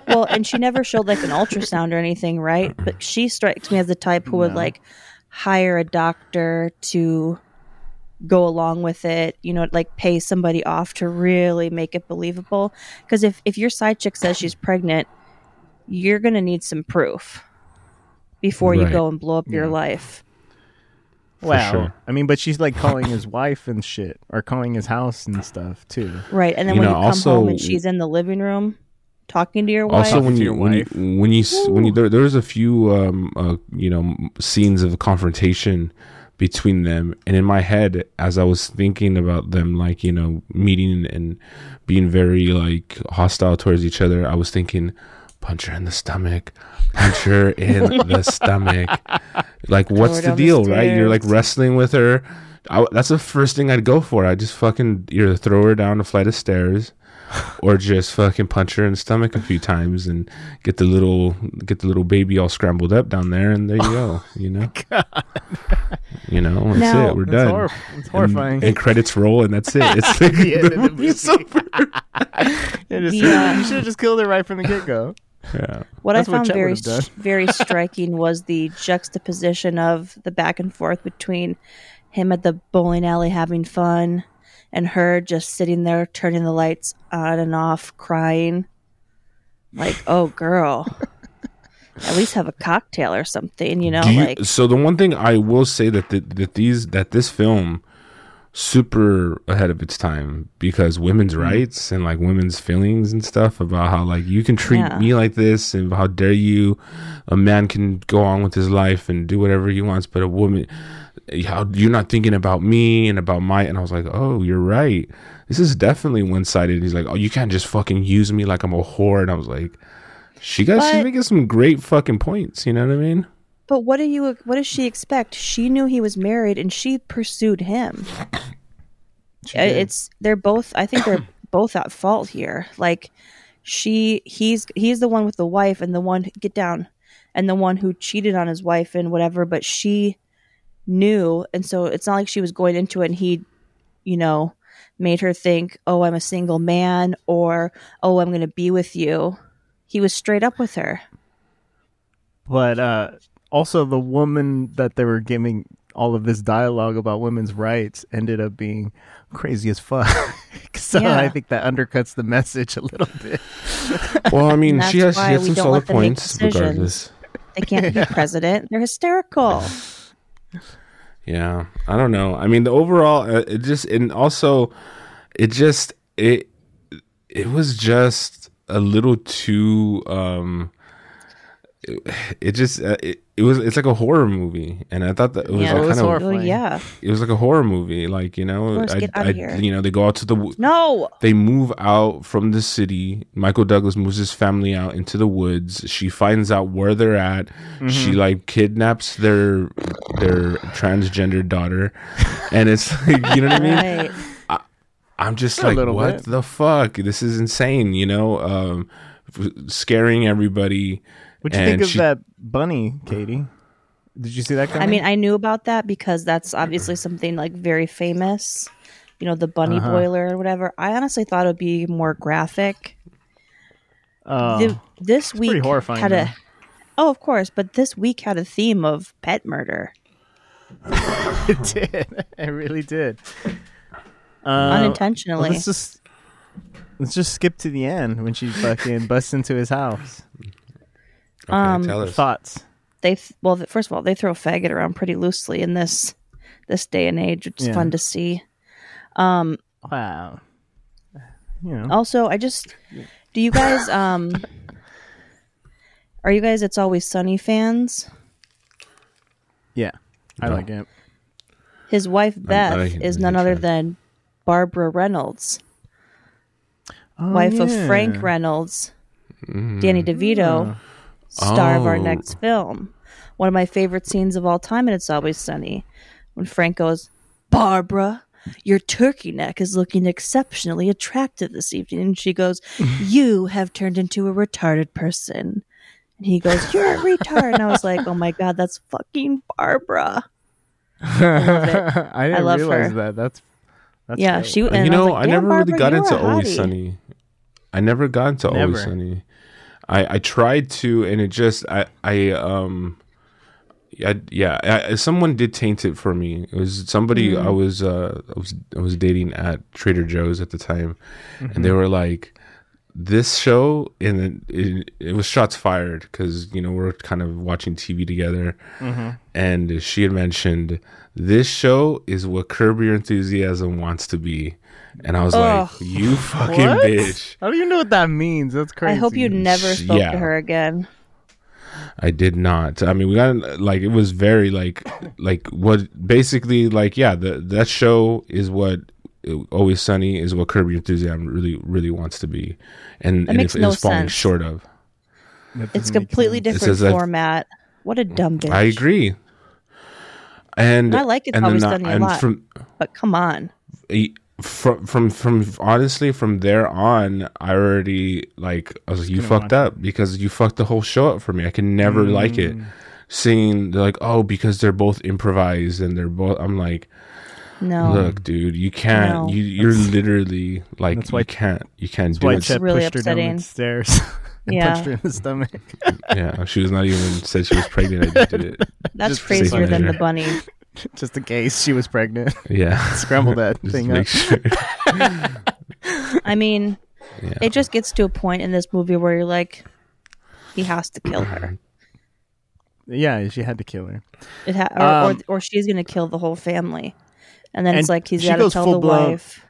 Speaker 3: Well, and she never showed like an ultrasound or anything, right? But she strikes me as the type who would like hire a doctor to go along with it, you know, like pay somebody off to really make it believable. Because if, if your side chick says she's pregnant, you're going to need some proof before you
Speaker 1: Right.
Speaker 3: go and blow up your life.
Speaker 2: Wow.
Speaker 1: sure.
Speaker 2: I mean, but she's like calling his wife and shit, or calling his house and stuff too.
Speaker 3: Right. And then
Speaker 1: You
Speaker 3: when
Speaker 1: know,
Speaker 3: you come
Speaker 1: also-
Speaker 3: home and she's in the living room talking to your wife.
Speaker 1: Also, when
Speaker 2: To
Speaker 1: you
Speaker 2: your
Speaker 1: when, you
Speaker 2: wife.
Speaker 1: when you s- when you there, there was a few um uh, you know m- scenes of confrontation between them, and in my head, as I was thinking about them, like you know meeting and being very like hostile towards each other, I was thinking, punch her in the stomach, punch her in the stomach. Like, what's
Speaker 3: her
Speaker 1: the
Speaker 3: down the
Speaker 1: deal, right? You're like
Speaker 3: stairs.
Speaker 1: wrestling with her. I, that's the first thing I'd go for. I just fucking either throw her down a flight of stairs, or just fucking punch her in the stomach a few times and get the little get the little baby all scrambled up down there, and there you
Speaker 2: (laughs)
Speaker 1: go. You know, you know, that's
Speaker 3: Now-
Speaker 1: it. We're
Speaker 2: It's,
Speaker 1: done.
Speaker 2: horrif- it's
Speaker 1: And-
Speaker 2: horrifying.
Speaker 1: And, (laughs)
Speaker 2: (laughs)
Speaker 1: credits roll, and that's it. (laughs) It's like,
Speaker 2: The end of the
Speaker 1: the movie's
Speaker 2: movie.
Speaker 1: over.
Speaker 2: It just-
Speaker 3: Yeah.
Speaker 2: You should have just killed her right from the get go.
Speaker 1: Yeah.
Speaker 3: What
Speaker 2: That's
Speaker 3: I
Speaker 2: what
Speaker 3: found
Speaker 2: Chet
Speaker 3: very
Speaker 2: would've done.
Speaker 3: s-
Speaker 2: (laughs)
Speaker 3: very striking was the juxtaposition of the back and forth between him at the bowling alley having fun and her just sitting there turning the lights on and off, crying. Like, oh
Speaker 2: (laughs)
Speaker 3: girl, at least have a cocktail or something, you know?
Speaker 1: Do you-
Speaker 3: like,
Speaker 1: so the one thing I will say that the, that these that this film super ahead of its time because women's
Speaker 3: Mm-hmm.
Speaker 1: rights and like women's feelings and stuff about how like you can treat
Speaker 3: Yeah.
Speaker 1: me like this and how dare you a man can go on with his life and do whatever he wants but a woman how you're not thinking about me and about my and I was like oh you're right this is definitely one sided he's like oh you can't just fucking use me like I'm a whore and I was like she got she's
Speaker 3: But-
Speaker 1: making some great fucking points you know what I mean
Speaker 3: but what do you? What does she expect? She knew he was married, and she pursued him. I- it's they're both i think they're both at fault here like she he's he's the one with the wife and the one get down and the one who cheated on his wife and whatever but she knew and so it's not like she was going into it and he you know made her think oh i'm a single man or oh i'm going to be with you he was straight up with her
Speaker 2: But uh, also, the woman that they were giving all of this dialogue about women's rights ended up being crazy as fuck. (laughs) so
Speaker 3: Yeah.
Speaker 2: I think that undercuts the message a little bit.
Speaker 1: Well, I mean,
Speaker 3: And
Speaker 1: she has
Speaker 3: that's
Speaker 1: she
Speaker 3: why
Speaker 1: had
Speaker 3: we
Speaker 1: some
Speaker 3: don't
Speaker 1: solid
Speaker 3: let them make
Speaker 1: points
Speaker 3: decisions.
Speaker 1: regardless.
Speaker 3: they can't be president they're hysterical
Speaker 1: Yeah, I don't know. I mean, the overall, uh, it just and also, it just it it was just a little too. um It, it just uh, it, it was it's like a horror movie, and I thought that it was
Speaker 3: Yeah.
Speaker 1: like
Speaker 3: It
Speaker 2: was
Speaker 1: kind of
Speaker 2: horrifying.
Speaker 3: oh yeah
Speaker 1: it was like a horror movie, like you know,
Speaker 3: Forrest,
Speaker 1: I,
Speaker 3: get outta
Speaker 1: I-
Speaker 3: here.
Speaker 1: you know, they go out to the w-
Speaker 3: no
Speaker 1: they move out from the city. Michael Douglas moves his family out into the woods. She finds out where they're at.
Speaker 2: Mm-hmm.
Speaker 1: She like kidnaps their their transgender daughter, and it's (laughs) like you know what I mean.
Speaker 2: (laughs)
Speaker 3: right
Speaker 1: I'm just
Speaker 2: A
Speaker 1: like,
Speaker 2: little
Speaker 1: what
Speaker 2: bit.
Speaker 1: the fuck? This is insane. You know, um, f- scaring everybody.
Speaker 2: What'd you
Speaker 1: And
Speaker 2: think of
Speaker 1: she-
Speaker 2: that bunny, Katie? Did you see that coming? (laughs) (clears throat)
Speaker 3: I mean, I knew about that because that's obviously something like very famous. you know, the bunny
Speaker 2: Uh-huh.
Speaker 3: boiler or whatever. I honestly thought it would be more graphic.
Speaker 2: Oh,
Speaker 3: The- this
Speaker 2: pretty
Speaker 3: week
Speaker 2: horrifying,
Speaker 3: had
Speaker 2: though.
Speaker 3: a Oh, of course, but this week had a theme of pet murder.
Speaker 2: it did. It really did. Uh,
Speaker 3: unintentionally.
Speaker 2: Let's just let's just skip to the end when she (laughs) fucking busts into his house.
Speaker 1: Okay,
Speaker 3: Um,
Speaker 1: tell us.
Speaker 2: Thoughts?
Speaker 3: they th- well th- first of all they throw faggot around pretty loosely in this this day and age it's
Speaker 2: Yeah.
Speaker 3: fun to see
Speaker 2: Wow. You know.
Speaker 3: also i just do you guys um are you guys it's always sunny fans
Speaker 2: Yeah, I
Speaker 1: No.
Speaker 2: like it.
Speaker 3: his wife beth
Speaker 1: I can-
Speaker 3: is
Speaker 1: I
Speaker 3: none
Speaker 1: can
Speaker 3: other
Speaker 1: try.
Speaker 3: than barbara reynolds
Speaker 2: Oh,
Speaker 3: wife
Speaker 2: yeah.
Speaker 3: of frank reynolds danny devito star of our
Speaker 1: Mm. Oh.
Speaker 3: next film one of my favorite scenes of all time and it's always sunny when frank goes barbara your turkey neck is looking exceptionally attractive this evening and
Speaker 1: (laughs)
Speaker 3: she goes you have turned into a retarded person and he goes you're a retard and i was like oh my god that's fucking barbara
Speaker 2: (laughs) I didn't
Speaker 3: love
Speaker 2: realize
Speaker 3: her.
Speaker 2: that. That's that's
Speaker 3: yeah
Speaker 2: dope.
Speaker 3: she and
Speaker 1: uh, you know,
Speaker 3: was
Speaker 1: I,
Speaker 3: like, "Damn,
Speaker 1: never really
Speaker 3: Barbara,
Speaker 1: got
Speaker 3: you're
Speaker 1: into
Speaker 3: a
Speaker 1: Always
Speaker 3: hottie."
Speaker 1: Sunny. I never got into
Speaker 2: Never.
Speaker 1: Always Sunny. I I tried to, and it just I I um. I, yeah, I, I- someone did taint it for me. It was somebody I was uh, I was I was dating at Trader Joe's at the time, and they were like, "This show," and it, it, it was shots fired because you know we're kind of watching TV together, and she had mentioned this show is what Curb Your Enthusiasm wants to be, and I was
Speaker 3: Ugh.
Speaker 1: like, "You fucking
Speaker 2: What?
Speaker 1: bitch!"
Speaker 2: I don't even know what that means. That's crazy.
Speaker 3: i hope you never
Speaker 1: Sh-
Speaker 3: spoke
Speaker 1: yeah.
Speaker 3: to her again
Speaker 1: I did not. I mean, we got like it was very like like what basically like yeah, the that show is what Always Sunny is what Curb Your Enthusiasm really really wants to be, and and
Speaker 3: makes
Speaker 1: if
Speaker 3: no
Speaker 1: it's falling
Speaker 3: sense.
Speaker 1: short of,
Speaker 2: That doesn't
Speaker 3: It's
Speaker 2: make
Speaker 3: completely
Speaker 2: sense.
Speaker 3: different
Speaker 1: says that-
Speaker 3: format. What a dumb bitch.
Speaker 1: I agree. And
Speaker 3: I like It's
Speaker 1: and then
Speaker 3: Always
Speaker 1: I-
Speaker 3: Sunny a
Speaker 1: and
Speaker 3: lot.
Speaker 1: From,
Speaker 3: But come on.
Speaker 1: e- from from from honestly from there on i already like i was like you fucked up because you fucked the whole show up for me i can never like it
Speaker 2: Mm.
Speaker 1: singing they're like oh because they're both improvised and they're both i'm like
Speaker 3: No.
Speaker 1: look dude you can't
Speaker 3: Oh. No.
Speaker 1: you you're literally like
Speaker 2: that's
Speaker 1: you
Speaker 2: why-
Speaker 1: can't you can't
Speaker 2: That's why
Speaker 1: do it
Speaker 2: (laughs) Chet
Speaker 3: It's really
Speaker 2: pushed her down
Speaker 3: upsetting.
Speaker 2: the stairs. (laughs) and
Speaker 3: Yeah.
Speaker 2: punched her in the stomach. (laughs)
Speaker 1: yeah she was not even said she was pregnant i just did
Speaker 2: (laughs)
Speaker 1: it
Speaker 3: That's
Speaker 2: just for safety
Speaker 3: crazier than the
Speaker 1: measure.
Speaker 3: bunny.
Speaker 2: Just in case she was pregnant. (laughs)
Speaker 1: yeah
Speaker 2: Scramble that
Speaker 1: Just
Speaker 2: thing
Speaker 1: make
Speaker 2: up.
Speaker 1: sure. (laughs)
Speaker 3: I mean,
Speaker 1: Yeah.
Speaker 3: it just gets to a point in this movie where you're like, he has to kill her.
Speaker 2: Yeah, she had to kill her.
Speaker 3: It ha- or,
Speaker 2: Um,
Speaker 3: or, or she's going to kill the whole family. And then
Speaker 2: And
Speaker 3: it's like he's
Speaker 2: she
Speaker 3: got to
Speaker 2: goes
Speaker 3: tell the
Speaker 2: full-blown-
Speaker 3: wife.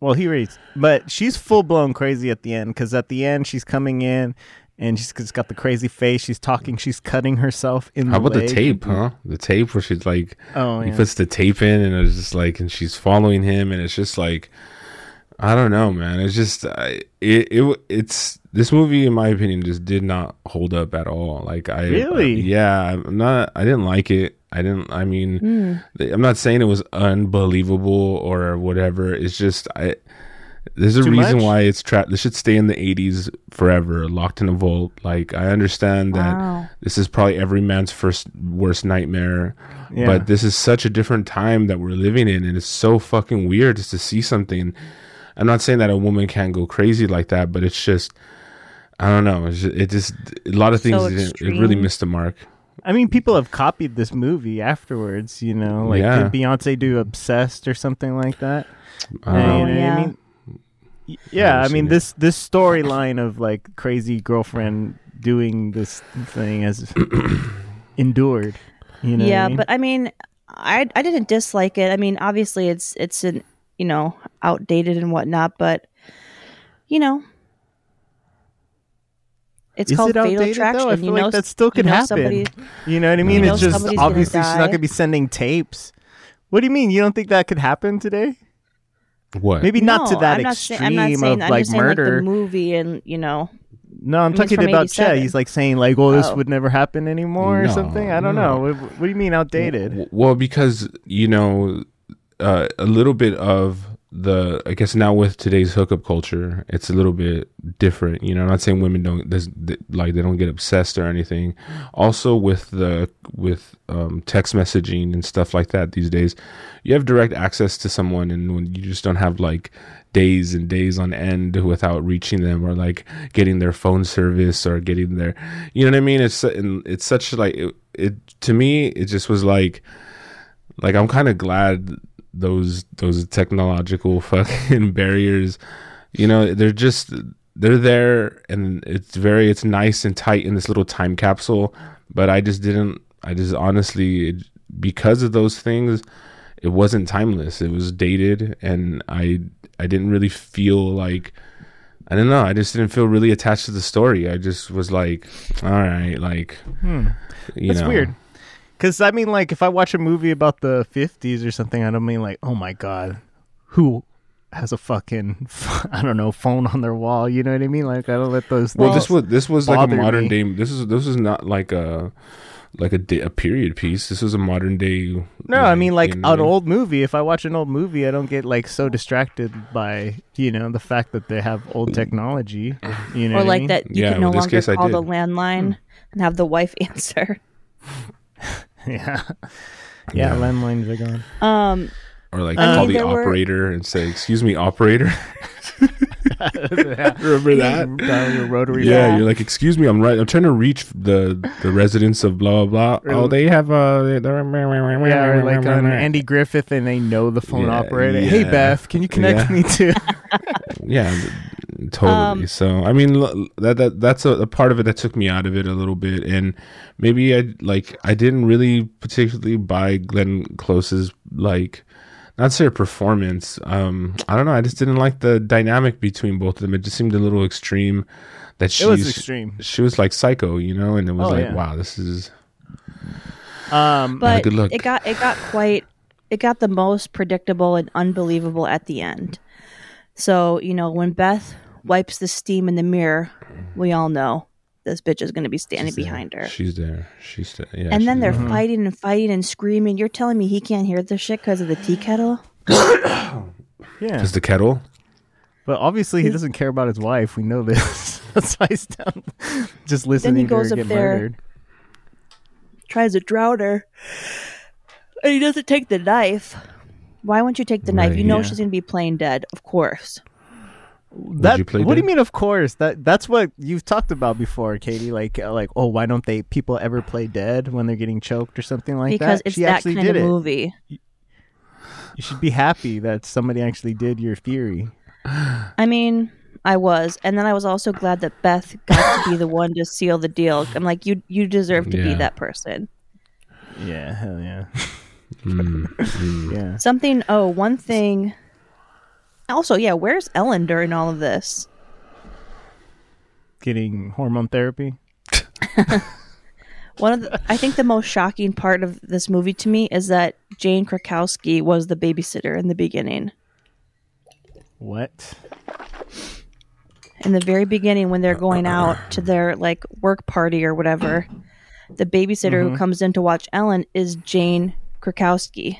Speaker 2: Well, he reads, but she's full blown crazy at the end because at the end she's coming in and she's just got the crazy face. She's talking. She's cutting herself in.
Speaker 1: how about the
Speaker 2: leg.
Speaker 1: tape huh the tape where she's like
Speaker 2: Oh,
Speaker 1: he
Speaker 2: yeah.
Speaker 1: puts the tape in and it's just like and she's following him and it's just like i don't know man it's just I, it, it w- it's this movie in my opinion just did not hold up at all like i
Speaker 2: Really?
Speaker 1: yeah i'm not i didn't like it i didn't i mean
Speaker 2: Hmm.
Speaker 1: th- i'm not saying it was unbelievable or whatever it's just i there's a
Speaker 2: Too
Speaker 1: reason
Speaker 2: much?
Speaker 1: why it's trapped. This should stay in the 80s forever, locked in a vault. Like, I understand that
Speaker 3: Wow.
Speaker 1: this is probably every man's first worst nightmare.
Speaker 2: Yeah.
Speaker 1: But this is such a different time that we're living in, and it's so fucking weird just to see something. I'm not saying that a woman can't go crazy like that, but it's just, I don't know. It's just, it just a lot of things
Speaker 3: So
Speaker 1: didn't, it
Speaker 3: extreme.
Speaker 1: really missed the mark.
Speaker 2: I mean, people have copied this movie afterwards. You know, like
Speaker 1: Yeah.
Speaker 2: did Beyonce do "Obsessed" or something like that?
Speaker 1: Um,
Speaker 2: Yeah, you
Speaker 3: Oh,
Speaker 2: know what I
Speaker 3: yeah.
Speaker 2: mean? Y- Yeah, I
Speaker 1: I've
Speaker 2: mean
Speaker 1: seen it.
Speaker 2: this this storyline of like crazy girlfriend doing this
Speaker 1: (clears throat)
Speaker 2: thing has endured. You know, what I
Speaker 3: yeah,
Speaker 2: mean?
Speaker 3: but I mean, I I didn't dislike it. I mean, obviously it's it's an you know outdated and whatnot, but you know, it's
Speaker 2: Is
Speaker 3: called
Speaker 2: it
Speaker 3: fatal
Speaker 2: outdated, though? I
Speaker 3: attraction.
Speaker 2: feel
Speaker 3: you
Speaker 2: like
Speaker 3: know,
Speaker 2: that still
Speaker 3: you
Speaker 2: could
Speaker 3: know
Speaker 2: happen.
Speaker 3: somebody-
Speaker 2: you know what I mean.
Speaker 1: You
Speaker 2: it's
Speaker 1: know
Speaker 2: just
Speaker 3: somebody's gonna
Speaker 2: obviously she's not
Speaker 3: die.
Speaker 2: gonna be sending tapes. What do you mean? You don't think that could happen today?
Speaker 1: what?
Speaker 2: Maybe not to
Speaker 3: No,
Speaker 2: that
Speaker 3: I'm not say-
Speaker 2: extreme
Speaker 3: I'm not saying
Speaker 2: of
Speaker 3: that. I'm
Speaker 2: like
Speaker 3: just saying,
Speaker 2: murder.
Speaker 3: the movie, and you know,
Speaker 2: no, I'm
Speaker 3: mean, it's
Speaker 2: talking
Speaker 3: from
Speaker 2: about Chet.
Speaker 3: 87.
Speaker 2: He's like saying like, "Well, this
Speaker 3: Oh.
Speaker 2: would never happen anymore" or
Speaker 1: No,
Speaker 2: something. I don't
Speaker 1: no.
Speaker 2: know. What, what do you mean outdated?
Speaker 1: W- Well, because you know, uh, a little bit of the I guess now with today's hookup culture, it's a little bit different. You know, I'm not saying women don't there's, th- like they don't get obsessed or anything. Also with the with um, text messaging and stuff like that these days, you have direct access to someone, and when you just don't have like days and days on end without reaching them or like getting their phone service or getting their, you know what I mean? It's and it's such like it, it to me. It just was like like I'm kind of glad those those technological (laughs) fucking barriers you know they're just they're there and it's very it's nice and tight in this little time capsule but i just didn't i just honestly it, because of those things it wasn't timeless it was dated and i i didn't really feel like i don't know i just didn't feel really attached to the story i just was like all right like
Speaker 2: Hmm.
Speaker 1: you
Speaker 2: That's
Speaker 1: know
Speaker 2: weird. Because I mean, like, if I watch a movie about the '50s or something, I don't mean like, oh my god, who has a fucking (laughs) I don't know phone on their wall? You know what I mean? Like, I don't let those.
Speaker 1: Well,
Speaker 2: things-
Speaker 1: this was this was like a
Speaker 2: bothered
Speaker 1: modern
Speaker 2: me.
Speaker 1: day. This is this is not like a like a, da- a period piece. This was a modern day.
Speaker 2: No, I mean like
Speaker 1: you know,
Speaker 2: an old movie. If I watch an old movie, I don't get like so distracted by you know the fact that they have old technology. You know,
Speaker 3: or
Speaker 2: what I
Speaker 3: like
Speaker 2: mean?
Speaker 3: that you
Speaker 1: Yeah,
Speaker 3: can no
Speaker 1: in this
Speaker 3: longer
Speaker 1: case, I
Speaker 3: call the
Speaker 1: did.
Speaker 3: landline
Speaker 2: Hmm.
Speaker 3: and have the wife (laughs) answer.
Speaker 2: (laughs) Yeah. yeah,
Speaker 1: Yeah.
Speaker 2: landlines are gone.
Speaker 3: Um,
Speaker 1: or like
Speaker 3: I mean,
Speaker 1: call the
Speaker 3: there were-
Speaker 1: operator and say, "Excuse me, operator."
Speaker 2: (laughs)
Speaker 1: (laughs) Remember (laughs) that?
Speaker 2: Dial your rotary.
Speaker 1: Yeah,
Speaker 3: Yeah.
Speaker 1: you're like, "Excuse me, I'm right. I'm trying to reach the the residents of blah blah blah." Oh, they have uh, they're
Speaker 2: phone. Yeah, or like
Speaker 1: (laughs)
Speaker 2: on Andy Griffith, and they know the phone
Speaker 1: Yeah,
Speaker 2: operator. Hey,
Speaker 1: yeah.
Speaker 2: Beth, can you connect
Speaker 1: Yeah. (laughs)
Speaker 2: me to? (laughs)
Speaker 1: yeah th- totally
Speaker 3: Um,
Speaker 1: so i mean l- that, that that's a, a part of it that took me out of it a little bit and maybe i like i didn't really particularly buy glenn close's like not say performance um i don't know i just didn't like the dynamic between both of them it just seemed a little extreme that she
Speaker 2: it was extreme.
Speaker 1: she was like psycho you know and it was
Speaker 2: Oh,
Speaker 1: like
Speaker 2: yeah.
Speaker 1: wow this is
Speaker 2: Um,
Speaker 3: but
Speaker 1: good luck.
Speaker 3: it got it got quite it got the most predictable and unbelievable at the end. So you know when Beth wipes the steam in the mirror, we all know this bitch is going to be standing
Speaker 1: she's there.
Speaker 3: behind her.
Speaker 1: she's there she's there yeah
Speaker 3: and then
Speaker 1: she's
Speaker 3: they're
Speaker 1: there.
Speaker 3: fighting and fighting and screaming. You're telling me he can't hear this shit because of the tea kettle?
Speaker 2: yeah,
Speaker 1: is the kettle
Speaker 2: but obviously he doesn't care about his wife. We know this. (laughs) That's why he's down, (laughs) just listening
Speaker 3: goes
Speaker 2: to
Speaker 3: up
Speaker 2: her get
Speaker 3: there.
Speaker 2: murdered.
Speaker 3: Tries to drown her, and he doesn't take the knife. Why won't you take the knife?
Speaker 1: Right,
Speaker 3: You know
Speaker 2: yeah.
Speaker 3: she's going to be plain dead, of course.
Speaker 2: that,
Speaker 1: you play
Speaker 2: what do you
Speaker 1: dead?
Speaker 2: mean of course that that's what you've talked about before katie like uh, like oh why don't they people ever play dead when they're getting choked or something like
Speaker 3: because
Speaker 2: that
Speaker 3: it's
Speaker 2: she
Speaker 3: that
Speaker 2: actually
Speaker 3: kind
Speaker 2: did
Speaker 3: of
Speaker 2: it
Speaker 3: movie.
Speaker 2: you should be happy that somebody actually did your theory
Speaker 3: I mean, I was, and then I was also glad that Beth got to be the one to seal the deal. I'm like, you you deserve to be
Speaker 1: Yeah.
Speaker 3: that person.
Speaker 2: yeah hell (laughs) yeah (laughs)
Speaker 1: Mm, mm.
Speaker 2: yeah
Speaker 3: Something. Oh, one thing. Also, yeah, where's Ellen during all of this?
Speaker 2: getting hormone therapy
Speaker 3: One of the, I think the most shocking part of this movie to me is that Jane Krakowski was the babysitter in the beginning.
Speaker 2: what
Speaker 3: in the very beginning when they're going out to their like work party or whatever the babysitter who comes in to watch ellen is jane krakowski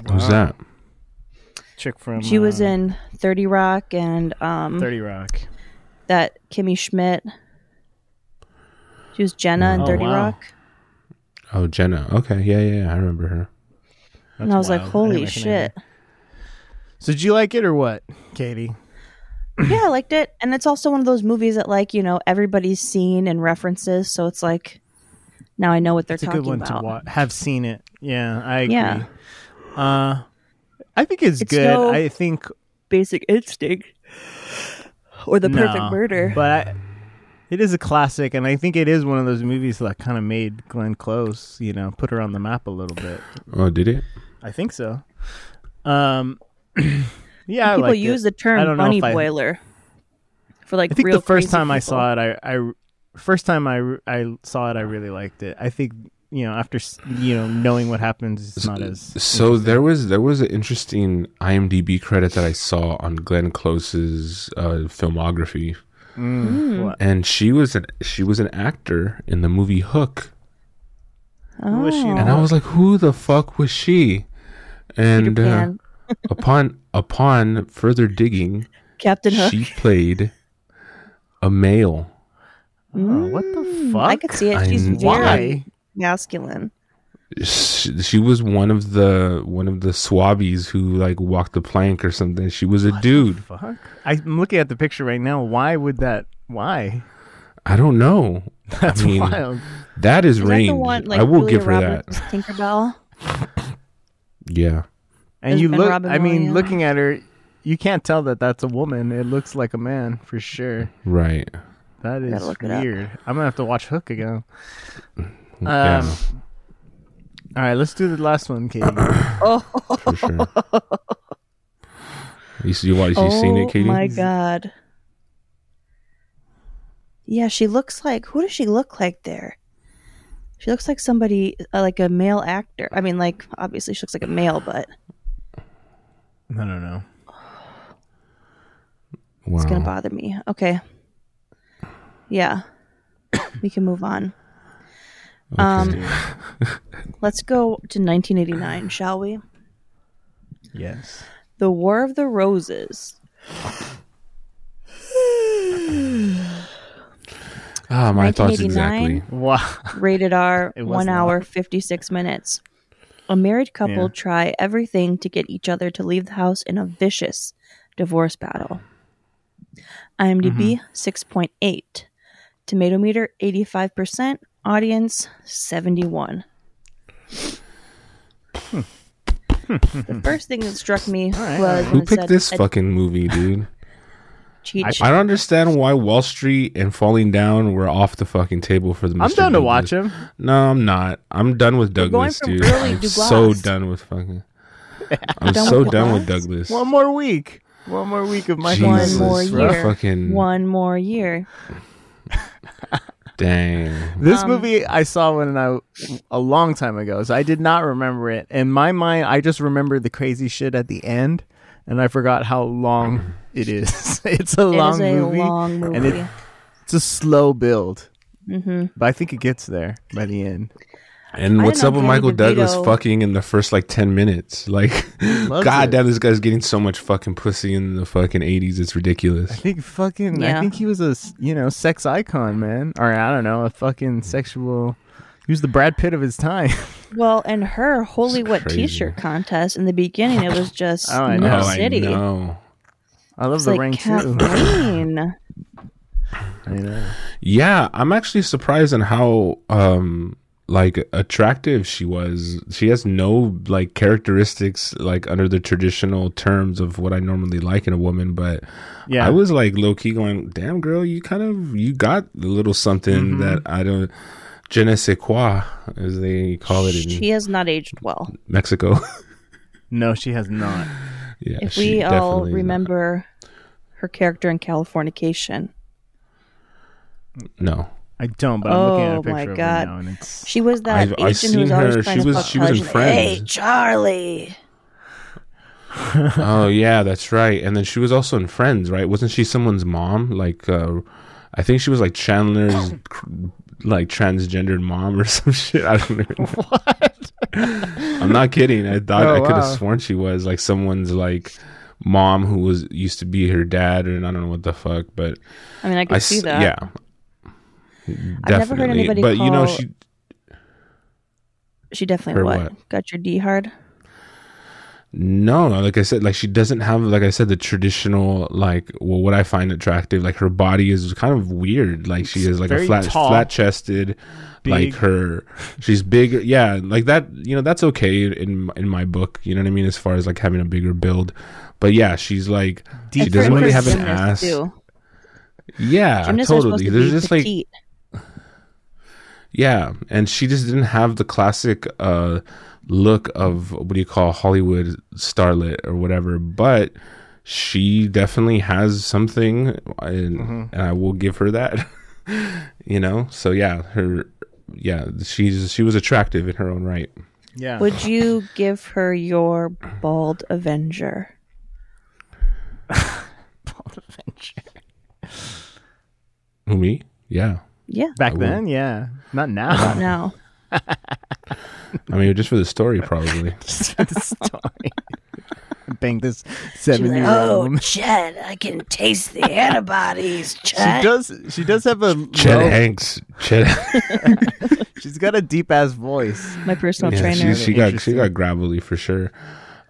Speaker 2: Uh-huh.
Speaker 1: who's that
Speaker 2: chick from
Speaker 3: she was
Speaker 2: uh,
Speaker 3: in 30 rock and um
Speaker 2: 30 rock
Speaker 3: that kimmy schmidt she was jenna in
Speaker 2: Oh,
Speaker 3: 30
Speaker 2: wow.
Speaker 3: rock
Speaker 1: oh jenna okay yeah yeah, yeah i remember her
Speaker 2: That's
Speaker 3: and i was like
Speaker 2: wild.
Speaker 3: holy
Speaker 2: didn't recognize
Speaker 3: shit
Speaker 2: her. so did you like it or what katie
Speaker 3: yeah i liked it and it's also one of those movies that like you know everybody's seen and references so it's like now i know what they're
Speaker 2: it's a
Speaker 3: talking
Speaker 2: good one
Speaker 3: about
Speaker 2: to watch have seen it yeah i agree
Speaker 3: Yeah.
Speaker 2: uh i think it's,
Speaker 3: It's
Speaker 2: good
Speaker 3: no-
Speaker 2: i think
Speaker 3: basic instinct or the perfect
Speaker 2: No,
Speaker 3: murder
Speaker 2: But I, it is a classic, and I think it is one of those movies that kind of made Glenn Close, you know, put her on the map a little bit.
Speaker 1: Oh, did it?
Speaker 2: I think so. Um, (clears throat) yeah, I
Speaker 3: people
Speaker 2: liked
Speaker 3: use
Speaker 2: it.
Speaker 3: the term
Speaker 2: I don't know
Speaker 3: bunny
Speaker 2: if I-
Speaker 3: boiler for like.
Speaker 2: I think
Speaker 3: real
Speaker 2: the first
Speaker 3: crazy
Speaker 2: time I
Speaker 3: people.
Speaker 2: saw it, I, I first time I, re- I saw it, I really liked it. I think you know after s- you know knowing what happens, it's not as
Speaker 1: So
Speaker 3: Mm-hmm.
Speaker 1: there was there was an interesting IMDb credit that I saw on Glenn Close's uh, filmography,
Speaker 2: hmm,
Speaker 3: Hmm.
Speaker 2: what?
Speaker 1: and she was an she was an actor in the movie Hook,
Speaker 3: Oh.
Speaker 2: was she in
Speaker 1: and I was like, who the fuck was she? And
Speaker 3: Peter Pan.
Speaker 1: uh, (laughs) upon upon further digging,
Speaker 3: Captain Hook.
Speaker 1: she played a male.
Speaker 2: Oh, what the fuck?
Speaker 3: Hmm. I could see it.
Speaker 1: I
Speaker 3: She's
Speaker 1: kn-
Speaker 3: very
Speaker 2: Why?
Speaker 3: masculine.
Speaker 1: She, she was one of the one of the swabbies who like walked the plank or something. She was a dude.
Speaker 2: Fuck. I'm looking at the picture right now. Why would that? Why?
Speaker 1: I don't know.
Speaker 2: That's
Speaker 1: I mean,
Speaker 2: wild.
Speaker 1: that is,
Speaker 3: Is
Speaker 1: range.
Speaker 3: that the one? Like
Speaker 1: I will
Speaker 3: Julia
Speaker 1: give her
Speaker 3: Roberts,
Speaker 1: that. (laughs)
Speaker 3: Tinkerbell.
Speaker 1: Yeah.
Speaker 2: And you
Speaker 3: and
Speaker 2: look.
Speaker 3: Robin
Speaker 2: I mean,
Speaker 3: Williams.
Speaker 2: looking at her, you can't tell that that's a woman. It looks like a man for sure.
Speaker 1: Right.
Speaker 2: That is
Speaker 3: look it up.
Speaker 2: weird. I'm gonna have to watch Hook again. Um,
Speaker 1: Mm, yeah,
Speaker 2: All right, let's do the last one, Katie.
Speaker 3: Oh,
Speaker 1: for
Speaker 2: (laughs)
Speaker 1: sure. you see, you, you seen
Speaker 3: oh
Speaker 1: it, Katie?
Speaker 3: my god. Yeah, she looks like. Who does she look like there? She looks like somebody, uh, like a male actor. I mean, like obviously she looks like a male, but
Speaker 2: I don't know.
Speaker 1: Wow.
Speaker 3: it's gonna bother me. Okay. Yeah, we can move on. Um, let's go to 1989, shall we?
Speaker 2: Yes.
Speaker 3: The War of the Roses.
Speaker 1: Ah, my thoughts
Speaker 3: 1989.
Speaker 1: exactly.
Speaker 2: (laughs) Wow.
Speaker 3: rated R,
Speaker 2: It was
Speaker 3: one hour, 56 minutes. A married couple
Speaker 2: Yeah.
Speaker 3: try everything to get each other to leave the house in a vicious divorce battle. IMDb
Speaker 2: Mm-hmm.
Speaker 3: 6.8. Tomato meter 85%. Audience 71. the first thing that struck me
Speaker 2: right, Hmm. all
Speaker 3: was
Speaker 2: right.
Speaker 3: when
Speaker 1: Who
Speaker 3: it
Speaker 1: picked
Speaker 3: said
Speaker 1: this
Speaker 3: a
Speaker 1: fucking
Speaker 3: (laughs)
Speaker 1: movie, dude?
Speaker 3: cheat sheet.
Speaker 1: I don't understand why Wall Street and Falling Down were off the fucking table for the.
Speaker 2: I'm
Speaker 1: Mr.
Speaker 2: down to
Speaker 1: Douglas.
Speaker 2: watch him.
Speaker 1: No, I'm not. I'm done with
Speaker 3: You're going
Speaker 1: Douglas,
Speaker 3: from
Speaker 1: dude.
Speaker 3: early
Speaker 1: I'm
Speaker 3: Douglas.
Speaker 1: so done with fucking. I'm
Speaker 3: Done
Speaker 1: so
Speaker 3: with
Speaker 1: done with
Speaker 3: Douglas?
Speaker 1: Douglas.
Speaker 2: One more week. One more week of my
Speaker 1: Jesus,
Speaker 3: One more
Speaker 1: bro.
Speaker 3: year.
Speaker 1: Fucking
Speaker 3: One more year.
Speaker 1: dang.
Speaker 2: This
Speaker 3: Um,
Speaker 2: movie I saw when I a long time ago, so I did not remember it. In my mind, I just remember the crazy shit at the end, and I forgot how long it is. (laughs) it's a
Speaker 3: It
Speaker 2: long
Speaker 3: is a
Speaker 2: movie.
Speaker 3: long movie.
Speaker 2: and it- It's a slow build,
Speaker 3: mm-hmm.
Speaker 2: but I think it gets there by the end.
Speaker 1: And
Speaker 3: I
Speaker 1: what's
Speaker 3: don't
Speaker 1: up
Speaker 3: know,
Speaker 1: with
Speaker 3: Danny
Speaker 1: Michael Douglas
Speaker 3: DeVito-
Speaker 1: fucking in the first like ten minutes? (laughs) Like,
Speaker 2: Loves
Speaker 1: god
Speaker 2: it.
Speaker 1: damn, this guy's getting so much fucking pussy in the fucking eighties. It's
Speaker 2: I
Speaker 1: ridiculous.
Speaker 2: think fucking. I
Speaker 3: Yeah.
Speaker 2: think he was a s- you know sex icon, man, or I don't know, a fucking sexual. He was the Brad Pitt of his time. (laughs)
Speaker 3: Well, and her holy
Speaker 1: It's
Speaker 3: what
Speaker 1: crazy.
Speaker 3: t-shirt contest in the beginning, it was just
Speaker 2: (laughs) Oh, I
Speaker 3: New
Speaker 2: know.
Speaker 1: Oh, I
Speaker 3: City.
Speaker 1: know.
Speaker 2: I love
Speaker 3: It's
Speaker 2: the
Speaker 3: like
Speaker 2: ring too.
Speaker 3: Kathleen. (laughs)
Speaker 2: I know.
Speaker 1: Yeah, I'm actually surprised on how um like attractive she was. She has no like characteristics like under the traditional terms of what I normally like in a woman, but
Speaker 2: Yeah,
Speaker 1: I was like low key going, "Damn girl, you kind of you got a little
Speaker 3: Mm-hmm.
Speaker 1: something that I don't je ne sais quoi as they call it in
Speaker 3: she has not aged well.
Speaker 1: Uh, Mexico." (laughs)
Speaker 2: no, she has not.
Speaker 1: yeah,
Speaker 3: If
Speaker 1: she
Speaker 3: we all
Speaker 1: definitely not.
Speaker 3: remember her character in Californication,
Speaker 1: No.
Speaker 2: I don't, but I'm looking at a
Speaker 3: Oh,
Speaker 2: picture
Speaker 3: my
Speaker 2: of her
Speaker 3: God.
Speaker 2: now, and it's
Speaker 3: she was that
Speaker 1: I've- I've
Speaker 3: agent who
Speaker 1: seen
Speaker 3: was always
Speaker 1: her.
Speaker 3: trying
Speaker 1: She
Speaker 3: to
Speaker 1: was-
Speaker 3: fuck
Speaker 1: she was in
Speaker 3: Hudson. Hey,
Speaker 1: Friends.
Speaker 3: Charlie.
Speaker 1: oh yeah, that's right. And then she was also in Friends, right? Wasn't she someone's mom? Like, uh, I think she was like
Speaker 3: (coughs)
Speaker 1: Chandler's cr- like transgendered mom or (laughs) some shit. I don't know. what? (laughs) I'm not kidding. I thought
Speaker 2: Oh,
Speaker 1: I could have
Speaker 2: wow.
Speaker 1: sworn she was like someone's like mom who was used to be her dad, and I don't know what the fuck. But
Speaker 3: I mean, I could
Speaker 1: I
Speaker 3: see
Speaker 1: s-
Speaker 3: that.
Speaker 1: yeah.
Speaker 3: I've never heard anybody
Speaker 1: but you know
Speaker 3: call-
Speaker 1: she
Speaker 3: She definitely
Speaker 1: Her
Speaker 3: what?
Speaker 1: what?
Speaker 3: Got your D hard.
Speaker 1: No, no, like I said, like she doesn't have, like I said, the traditional, like well, what I find attractive. Like her body is kind of weird. Like she is like
Speaker 2: very
Speaker 1: a flat,
Speaker 2: tall,
Speaker 1: flat chested. Like
Speaker 2: big.
Speaker 1: her, she's bigger. Yeah, like that. You know, that's okay in in my book. You know what I mean, as far as like having a bigger build. But yeah, she's like she
Speaker 2: Deep
Speaker 1: doesn't
Speaker 2: for-
Speaker 1: really
Speaker 2: for
Speaker 1: have an
Speaker 3: gymnasts,
Speaker 1: ass.
Speaker 3: Too.
Speaker 1: Yeah,
Speaker 3: Gymnasts are supposed
Speaker 1: totally.
Speaker 3: to
Speaker 1: There's
Speaker 3: be
Speaker 1: just like
Speaker 3: petite.
Speaker 1: yeah, and she just didn't have the classic uh, look of what do you call Hollywood starlet or whatever, but she definitely has something, and, and I will give her that. (laughs) you know, so yeah, her yeah, she's she was attractive in her own right.
Speaker 2: yeah.
Speaker 3: Would you give her your bald Avenger?
Speaker 1: Who me? Yeah,
Speaker 3: Yeah.
Speaker 2: Back
Speaker 1: I
Speaker 2: then, yeah.
Speaker 1: (laughs)
Speaker 2: Not now. (laughs)
Speaker 3: No.
Speaker 1: I mean just for the story probably.
Speaker 2: Just for the story. (laughs) bang this seven year old.
Speaker 4: oh, Chad, I can taste the antibodies,
Speaker 2: (laughs) She
Speaker 4: Chad.
Speaker 2: does. She does have a.
Speaker 1: Chet
Speaker 2: low-
Speaker 1: Hanks. Chet.
Speaker 2: she's got a deep ass voice.
Speaker 3: My personal
Speaker 1: yeah,
Speaker 3: trainer.
Speaker 1: she, she got she
Speaker 2: Interesting.
Speaker 1: got gravelly for sure.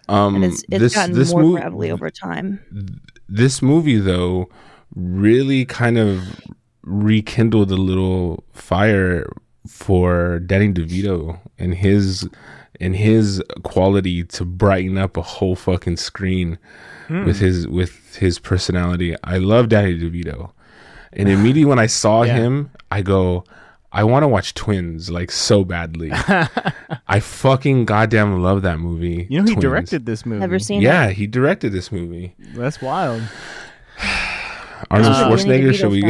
Speaker 1: Um,
Speaker 3: and it's it's
Speaker 1: this
Speaker 3: gotten
Speaker 1: this
Speaker 3: more
Speaker 1: mov-
Speaker 3: gravelly over time.
Speaker 1: this movie though really kind of rekindled a little fire for Danny DeVito and his and his quality to brighten up a whole fucking screen
Speaker 2: Hmm.
Speaker 1: with his with his personality. I love Danny DeVito. And immediately when I saw
Speaker 2: (sighs) Yeah.
Speaker 1: him, I go, I want to watch Twins like so
Speaker 2: (laughs)
Speaker 1: badly. I fucking goddamn love that movie.
Speaker 2: You know, he
Speaker 1: Twins.
Speaker 2: directed this movie.
Speaker 3: Never seen
Speaker 1: Mm-hmm. Yeah, he directed this movie.
Speaker 2: That's wild.
Speaker 1: Arnold
Speaker 3: Uh,
Speaker 1: Schwarzenegger, should we?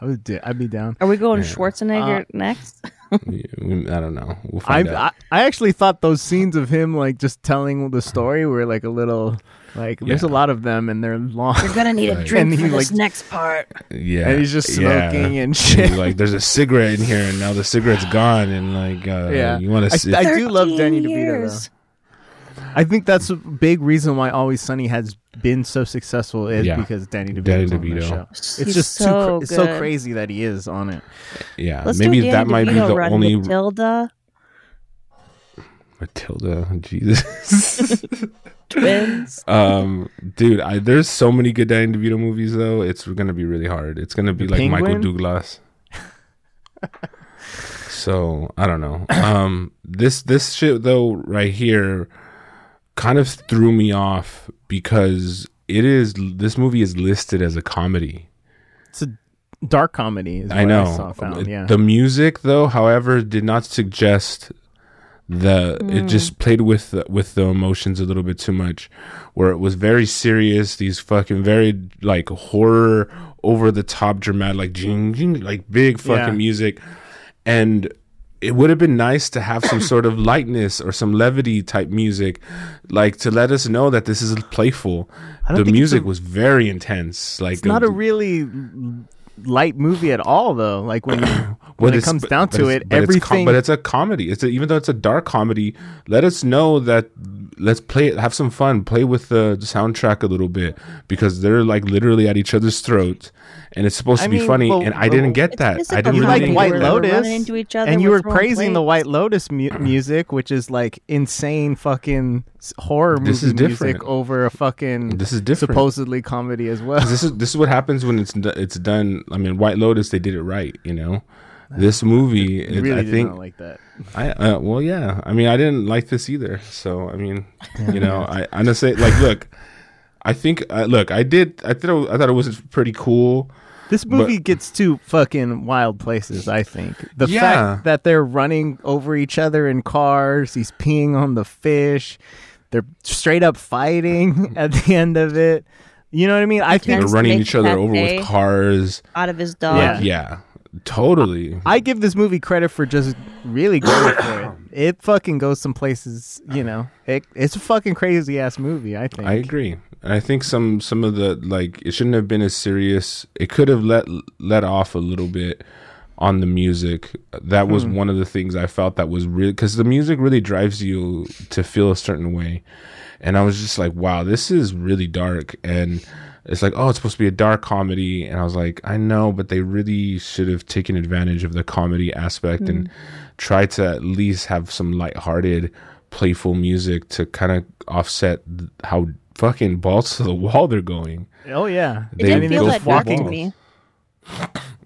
Speaker 2: I would. Do, I'd be down.
Speaker 3: it. Are we going Schwarzenegger
Speaker 2: Uh,
Speaker 3: next?
Speaker 1: (laughs) we- I don't know. We'll
Speaker 2: I,
Speaker 1: find out.
Speaker 2: I I actually thought those scenes of him like just telling the story were like a little like there's a
Speaker 1: Yeah.
Speaker 2: lot of them and they're long
Speaker 4: You're gonna need a
Speaker 1: Right.
Speaker 4: drink
Speaker 2: And
Speaker 4: for
Speaker 2: he,
Speaker 4: this
Speaker 2: like-
Speaker 4: next part.
Speaker 1: yeah,
Speaker 2: (laughs) and he's just
Speaker 1: yeah.
Speaker 2: smoking and
Speaker 1: And (laughs)
Speaker 2: shit.
Speaker 1: he's like, there's a cigarette in here, and now the cigarette's gone, and like, uh,
Speaker 2: Yeah.
Speaker 1: you want to see?
Speaker 2: I do love
Speaker 3: 13
Speaker 2: Danny DeVito,
Speaker 3: years.
Speaker 2: I think that's a big reason why Always Sunny has been so successful is
Speaker 1: Yeah.
Speaker 2: because Danny DeVito.
Speaker 1: Danny
Speaker 2: on the
Speaker 1: DeVito.
Speaker 2: show.
Speaker 3: He's
Speaker 2: It's just too
Speaker 3: so
Speaker 2: cra- it's so
Speaker 3: good.
Speaker 2: crazy that he is on it.
Speaker 1: yeah,
Speaker 3: Let's
Speaker 1: Uh, maybe
Speaker 3: do a
Speaker 1: that
Speaker 3: Danny
Speaker 1: might be
Speaker 3: DeVito
Speaker 1: the
Speaker 3: run.
Speaker 1: only
Speaker 3: Matilda,
Speaker 1: Matilda. (laughs) Jesus,
Speaker 3: twins.
Speaker 1: um, dude, I, there's so many good Danny DeVito movies though. It's gonna be really hard. It's gonna be
Speaker 2: The
Speaker 1: like Michael
Speaker 2: Penguin?
Speaker 1: Douglas. so I don't know. Um, this this shit though right here kind of threw me off because it is this movie is listed as a comedy.
Speaker 2: It's a dark comedy. Is what
Speaker 1: I know.
Speaker 2: saw, found, yeah.
Speaker 1: The music, though, however, did not suggest the. It just played with the, with the emotions a little bit too much, where it was very serious. These fucking very like horror, over the top, dramatic, like jing, jing, like big fucking
Speaker 2: Yeah.
Speaker 1: music, and. It would have been nice to have some sort of lightness or some levity type music, like to let us know that this is playful. The
Speaker 2: don't think it's
Speaker 1: music
Speaker 2: a-
Speaker 1: was very intense. Like uh,
Speaker 2: it's not a really light movie at all, though.
Speaker 1: (coughs)
Speaker 2: Like when when it
Speaker 1: it's-
Speaker 2: comes
Speaker 1: but-
Speaker 2: down
Speaker 1: but
Speaker 2: to
Speaker 1: it's-
Speaker 2: it,
Speaker 1: but it's com-
Speaker 2: everything.
Speaker 1: but it's a comedy. It's a, even though it's a dark comedy. Let us know that. Let's play it. Have some fun. Play with the soundtrack a little bit because they're like literally at each other's throats, and it's supposed
Speaker 2: I
Speaker 1: to be
Speaker 2: mean,
Speaker 1: funny.
Speaker 2: well-
Speaker 1: and I didn't
Speaker 2: well-
Speaker 1: get
Speaker 3: It's
Speaker 1: that. I
Speaker 3: physical
Speaker 1: didn't
Speaker 2: you
Speaker 1: really
Speaker 2: like
Speaker 3: comedy
Speaker 1: get
Speaker 3: where
Speaker 2: White
Speaker 3: we're
Speaker 1: that.
Speaker 2: Lotus,
Speaker 3: running into each other,
Speaker 2: and you
Speaker 3: we're
Speaker 2: were
Speaker 3: throwing
Speaker 2: praising the
Speaker 3: plates.
Speaker 2: White Lotus
Speaker 1: (coughs)
Speaker 2: mu- music, which is like insane fucking s- horror movie
Speaker 1: This is
Speaker 2: music
Speaker 1: different.
Speaker 2: over a fucking
Speaker 1: This is different.
Speaker 2: supposedly comedy as well.
Speaker 1: this is this is what happens when it's do- it's done. I mean, White Lotus they did it right. You know, this movie.
Speaker 2: I
Speaker 1: It,
Speaker 2: really
Speaker 1: I
Speaker 2: did
Speaker 1: think
Speaker 2: not like that.
Speaker 1: I uh, well, yeah. I mean, I didn't like this either. So I mean, you know, I I'm gonna say like, look, I think uh, look, I did. I thought I thought it was pretty cool.
Speaker 2: This movie gets to fucking wild places, I think. The
Speaker 1: Yeah.
Speaker 2: fact that they're running over each other in cars, he's peeing on the fish, they're straight up fighting (laughs) at the end of it. You know what I mean? I
Speaker 1: They're
Speaker 2: think
Speaker 3: Yes,
Speaker 1: running
Speaker 3: they
Speaker 1: each other
Speaker 3: have
Speaker 1: over
Speaker 3: a-
Speaker 1: with cars.
Speaker 3: out of his
Speaker 1: Like,
Speaker 3: dog.
Speaker 2: Yeah.
Speaker 1: Yeah, totally.
Speaker 2: I give this movie credit for just really
Speaker 1: (coughs)
Speaker 2: going for it. It fucking goes some places, you know. It, it's a fucking crazy ass movie, I think.
Speaker 1: I agree. And I think some some of the like it shouldn't have been as serious. It could have let let off a little bit on the music. That was one of the things I felt that was really cuz the music really drives you to feel a certain way. And I was just like, wow, this is really dark and it's like, oh, it's supposed to be a dark comedy and I was like, I know, but they really should have taken advantage of the comedy aspect and tried to at least have some lighthearted playful music to kind of offset th- how fucking balls to the wall they're going.
Speaker 2: oh yeah.
Speaker 3: It didn't
Speaker 1: They
Speaker 3: feel
Speaker 1: go
Speaker 3: that
Speaker 1: full
Speaker 3: dark to
Speaker 1: balls.
Speaker 3: me.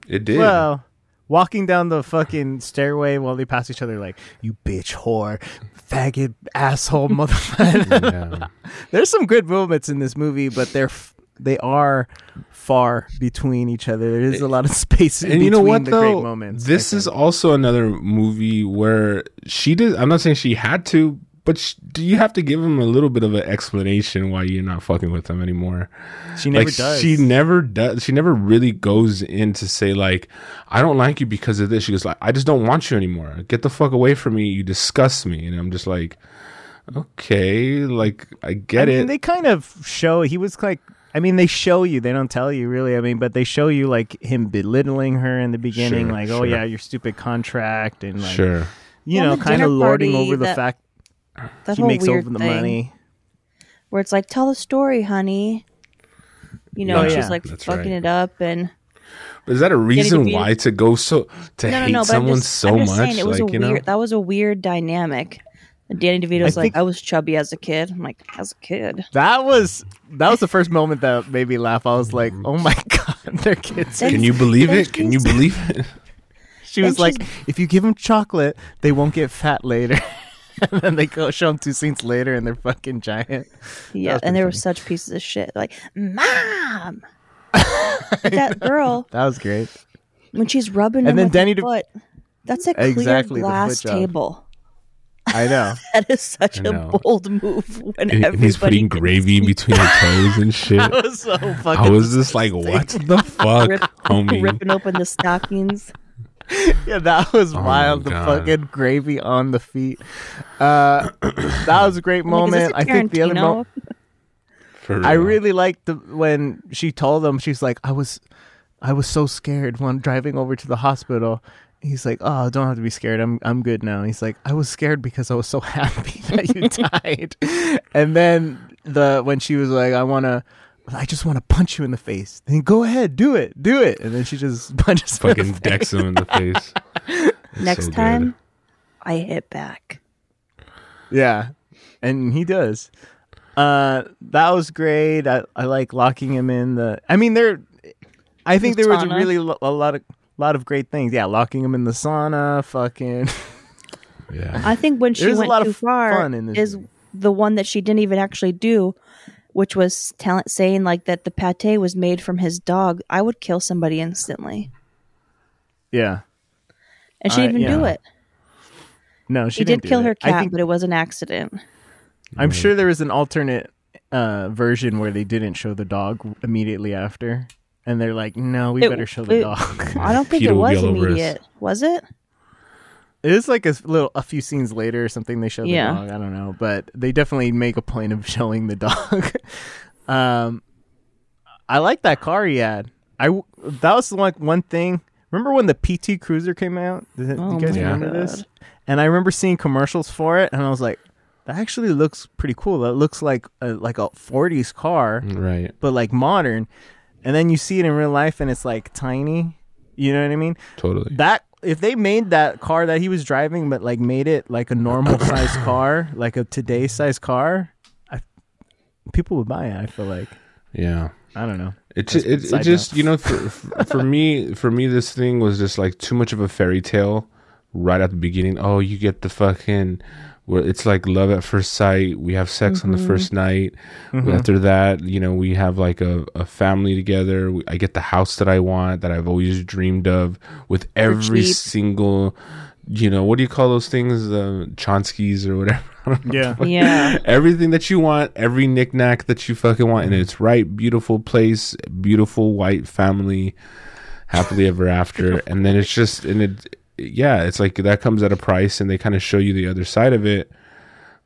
Speaker 1: It did.
Speaker 2: Well, walking down the fucking stairway while they pass each other, like you bitch, whore, faggot,
Speaker 1: (laughs)
Speaker 2: asshole, motherfucker.
Speaker 1: yeah.
Speaker 2: (laughs) There's some good moments in this movie, but they're f- they are far between each other. There is a lot of space in
Speaker 1: and you know
Speaker 2: between
Speaker 1: what
Speaker 2: the
Speaker 1: though
Speaker 2: great moments. I
Speaker 1: this is
Speaker 2: think.
Speaker 1: also another movie where she did i'm not saying she had to but sh- do you have to give him a little bit of an explanation why you're not fucking with him anymore
Speaker 2: she never
Speaker 1: like
Speaker 2: does.
Speaker 1: she never does she never really goes in to say like i don't like you because of this she goes like i just don't want you anymore get the fuck away from me you disgust me and i'm just like okay like i
Speaker 2: I
Speaker 1: get
Speaker 2: mean,
Speaker 1: it
Speaker 2: they kind of show he was like. I mean, they show you. They don't tell you really. I mean, but they show you like him belittling her in the beginning,
Speaker 1: Sure,
Speaker 2: like, "Oh
Speaker 1: sure.
Speaker 2: yeah, your stupid contract," and like,
Speaker 1: sure
Speaker 2: you
Speaker 3: Well,
Speaker 2: know,
Speaker 3: the
Speaker 2: kind
Speaker 3: dinner
Speaker 2: of lording
Speaker 3: party
Speaker 2: over the
Speaker 3: that-
Speaker 2: fact
Speaker 3: That
Speaker 2: he
Speaker 3: whole
Speaker 2: makes
Speaker 3: weird
Speaker 2: over the
Speaker 3: thing.
Speaker 2: money.
Speaker 3: where it's like, tell the story, honey. You know,
Speaker 1: Oh,
Speaker 3: and she's
Speaker 2: yeah.
Speaker 3: like
Speaker 1: That's
Speaker 3: fucking
Speaker 1: right.
Speaker 3: it up, and
Speaker 1: Is that a reason
Speaker 3: confused.
Speaker 1: why to go so to
Speaker 3: no, no,
Speaker 1: hate
Speaker 3: no. But I'm
Speaker 1: someone
Speaker 3: just,
Speaker 1: so
Speaker 3: I'm just
Speaker 1: much?
Speaker 3: saying it was
Speaker 1: like
Speaker 3: a
Speaker 1: you
Speaker 3: weird.
Speaker 1: know,
Speaker 3: That was a weird dynamic. And Danny DeVito's
Speaker 2: I
Speaker 3: like,
Speaker 2: think-
Speaker 3: I was chubby as a kid. I'm like, as a kid,
Speaker 2: That was that was the first moment that made me laugh. I was like, "Oh my (laughs) god, their kids!"
Speaker 3: Then-
Speaker 1: can you believe
Speaker 3: then
Speaker 1: it? Can
Speaker 3: (laughs)
Speaker 1: you
Speaker 3: she's-
Speaker 1: believe it?
Speaker 2: (laughs) She was
Speaker 3: then
Speaker 2: like,
Speaker 3: she's-
Speaker 2: "If you give them chocolate, they won't get fat later." (laughs) and then they go show them two scenes later, and they're fucking giant.
Speaker 3: yeah.
Speaker 2: was
Speaker 3: And they
Speaker 2: pretty
Speaker 3: were such pieces of shit. Like, mom,
Speaker 2: (laughs)
Speaker 3: that girl
Speaker 2: That was great.
Speaker 3: when she's rubbing
Speaker 2: And
Speaker 3: him
Speaker 2: then
Speaker 3: with her
Speaker 2: Danny De-
Speaker 3: foot. That's a clear
Speaker 2: Exactly, the foot
Speaker 3: glass
Speaker 2: job.
Speaker 3: table.
Speaker 2: I know.
Speaker 3: That is such
Speaker 1: I
Speaker 3: a
Speaker 1: know.
Speaker 3: bold move. When
Speaker 1: And, and he's
Speaker 3: everybody
Speaker 1: putting gravy in between her toes and shit.
Speaker 2: (laughs)
Speaker 3: (laughs)
Speaker 2: That was so fucking.
Speaker 1: I was just like, what the fuck, (laughs)
Speaker 3: rip-
Speaker 1: homie?
Speaker 3: ripping open
Speaker 2: (laughs)
Speaker 3: the stockings.
Speaker 2: (laughs) yeah, that was
Speaker 1: Oh my
Speaker 2: wild. The
Speaker 1: God.
Speaker 2: fucking gravy on the feet. Uh, (clears throat) that was a great
Speaker 3: I'm like,
Speaker 2: moment.
Speaker 3: is this
Speaker 2: I think the other
Speaker 3: Tarantino?
Speaker 2: moment.
Speaker 1: For
Speaker 2: I
Speaker 1: real.
Speaker 2: really liked the when she told him she's like I was I was so scared when driving over to the hospital. He's like, "Oh, don't have to be scared. I'm I'm good now." He's like, "I was scared because I was so (laughs) happy that you died." and then the when she was like, "I want to I just want to punch you in the face." Then go ahead, do it. Do it. And then she just (laughs) punches him. in the
Speaker 3: (laughs)
Speaker 1: fucking decks him in the face. It's
Speaker 3: Next
Speaker 1: so good.
Speaker 3: time, I hit back.
Speaker 2: Yeah, and he does. Uh, that was great. I, I like locking him in the. I mean, there. I think
Speaker 3: The
Speaker 2: there was
Speaker 3: sauna.
Speaker 2: really lo- a lot of lot of great things. Yeah, locking him in the sauna. Fucking. (laughs)
Speaker 1: yeah.
Speaker 3: I think when she
Speaker 2: There's a
Speaker 3: went
Speaker 2: lot
Speaker 3: too
Speaker 2: of
Speaker 3: far
Speaker 2: fun in this
Speaker 3: is
Speaker 2: movie.
Speaker 3: the one that she didn't even actually do, which was talent saying like that the pate was made from his dog. I would kill somebody instantly,
Speaker 2: Yeah.
Speaker 3: and she
Speaker 2: I-
Speaker 3: didn't even do
Speaker 2: yeah.
Speaker 3: it.
Speaker 2: No, she
Speaker 3: She did
Speaker 2: didn't do
Speaker 3: kill
Speaker 2: that.
Speaker 3: her
Speaker 2: I
Speaker 3: cat,
Speaker 2: think,
Speaker 3: but it was an
Speaker 2: (laughs)
Speaker 3: accident.
Speaker 2: I'm sure there was an alternate uh, version where they didn't show the dog immediately after, and they're like, "No, we
Speaker 3: It-
Speaker 2: better show the
Speaker 3: it-
Speaker 2: dog." (laughs)
Speaker 3: I don't think
Speaker 1: Peter
Speaker 3: it
Speaker 1: will be
Speaker 3: was
Speaker 1: all over us.
Speaker 3: immediate,
Speaker 1: (laughs)
Speaker 3: was it?
Speaker 2: It is like a s- little, a few scenes later or something. They show the
Speaker 3: Yeah.
Speaker 2: dog. I don't know, but they definitely make a point of (laughs) showing the dog. (laughs) um, I like that car he had. I w- that was the one one thing. Remember when the PT Cruiser came out? Did, do
Speaker 3: Oh
Speaker 2: you guys
Speaker 3: my
Speaker 2: remember
Speaker 3: God.
Speaker 2: this? And I remember seeing commercials for it, and I was like, "That actually looks pretty cool. That looks like a, like a '40s car."
Speaker 1: Right.
Speaker 2: but like modern. And then you see it in real life and it's like tiny. You know what I mean?
Speaker 1: Totally.
Speaker 2: That if they made that car that he was driving but like made it like a normal size car, like a today size car, I, people would buy it, I feel like.
Speaker 1: yeah.
Speaker 2: I don't know.
Speaker 1: It,
Speaker 2: That's
Speaker 1: ju- it, it
Speaker 2: side
Speaker 1: just you know
Speaker 2: (laughs)
Speaker 1: for, for me for me this thing was just like too much of a fairy tale right at the beginning oh you get the fucking where it's like love at first sight we have sex
Speaker 2: Mm-hmm.
Speaker 1: on the first night after that you know we have like a, a family together we, i get the house that i want that i've always dreamed of with every
Speaker 3: cheap.
Speaker 1: single you know what do you call those things the chonskys or whatever (laughs) I don't know
Speaker 2: Yeah.
Speaker 1: (laughs)
Speaker 3: Yeah,
Speaker 1: everything that you want, every knickknack that you fucking want, and it's right, beautiful place, beautiful white family, happily ever after, and then it's just and it, yeah, it's like that comes at a price, and they kind of show you the other side of it,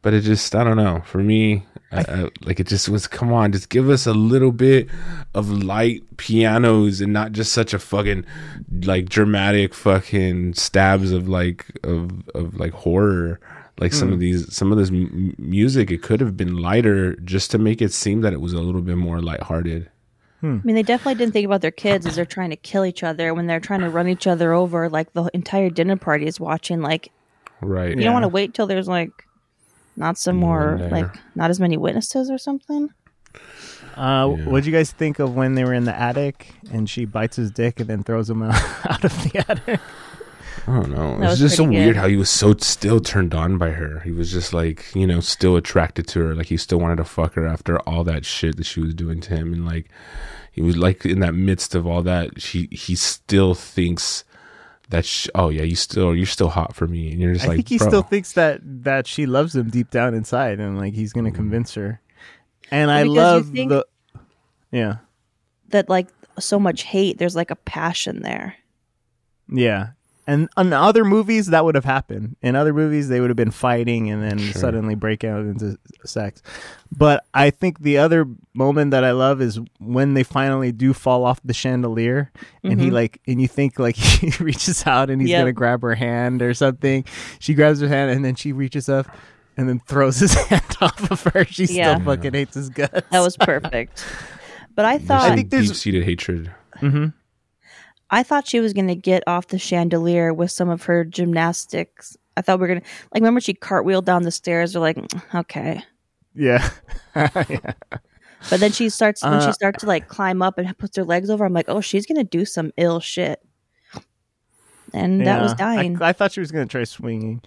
Speaker 1: but it just I don't know for me. I, I, like it just was come on just give us a little bit of light pianos and not just such a fucking like dramatic fucking stabs of like of of like horror like some of these some of this m- m- music it could have been lighter just to make it seem that it was a little bit more lighthearted
Speaker 3: I mean, they definitely didn't think about their kids as they're trying to kill each other when they're trying to run each other over. Like the entire dinner party is watching. Like
Speaker 1: right
Speaker 3: you don't want to wait till there's like not some more
Speaker 1: there.
Speaker 3: like not as many witnesses or something.
Speaker 2: Uh, What'd you guys think of when they were in the attic and she bites his dick and then throws him (laughs) out, out of the attic?
Speaker 1: I don't know.
Speaker 3: That
Speaker 1: It's
Speaker 3: was
Speaker 1: just so
Speaker 3: pretty good.
Speaker 1: weird how he was so still turned on by her. He was just like, you know, still attracted to her. Like he still wanted to fuck her after all that shit that she was doing to him. And like, he was like in that midst of all that, she he still thinks that sh oh yeah, you still you're still hot for me. And you're just
Speaker 2: I
Speaker 1: like,
Speaker 2: think he
Speaker 1: bro,
Speaker 2: still thinks that that she loves him deep down inside and like he's
Speaker 1: Mm.
Speaker 2: going to convince her. And I
Speaker 3: Because you
Speaker 2: love
Speaker 3: think-
Speaker 2: the. Yeah.
Speaker 3: That like so much hate. There's like a passion there.
Speaker 2: Yeah. And on other movies, that would have happened. In other movies, they would have been fighting and then suddenly break out into sex. But I think the other moment that I love is when they finally do fall off the chandelier, and he like, and you think like (laughs) he reaches out and he's
Speaker 3: Mm-hmm. Yep.
Speaker 2: gonna grab her hand or something. She grabs her hand and then she reaches up and then throws his (laughs) hand off of her. She
Speaker 3: Yeah.
Speaker 2: still fucking hates his guts.
Speaker 1: (laughs)
Speaker 3: That was perfect. But I
Speaker 1: There's
Speaker 3: thought
Speaker 1: some
Speaker 2: I think there's-
Speaker 1: deep-seated hatred.
Speaker 2: hmm
Speaker 3: I thought she was going to get off the chandelier with some of her gymnastics. I thought we were going to, like, remember she cartwheeled down the stairs? We're like, "Mm, okay.
Speaker 2: Yeah. yeah.
Speaker 3: But then she starts, when
Speaker 2: Uh,
Speaker 3: she starts to, like, climb up and puts her legs over, I'm like, oh, she's going to do some ill shit. And that was
Speaker 2: Yeah.
Speaker 3: dying.
Speaker 2: I, I thought she was gonna try swinging.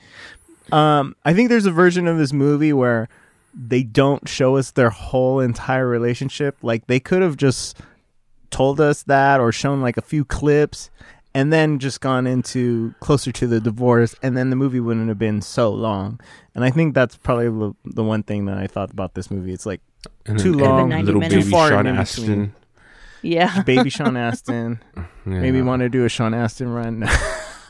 Speaker 2: Um, I think there's a version of this movie where they don't show us their whole entire relationship. Like they could have just told us that or shown like a few clips and then just gone into closer to the divorce and then the movie wouldn't have been so long. And I think that's probably the, the one thing that I thought about this movie.
Speaker 3: (laughs)
Speaker 2: It's like
Speaker 1: And
Speaker 2: Too
Speaker 1: then
Speaker 2: long.
Speaker 1: Little
Speaker 3: 90
Speaker 1: baby
Speaker 3: minutes.
Speaker 2: Far
Speaker 1: Sean
Speaker 2: in between.
Speaker 1: Astin.
Speaker 3: yeah.
Speaker 2: baby Sean Astin.
Speaker 1: Yeah,
Speaker 2: Maybe want to do a Sean Astin run. (laughs)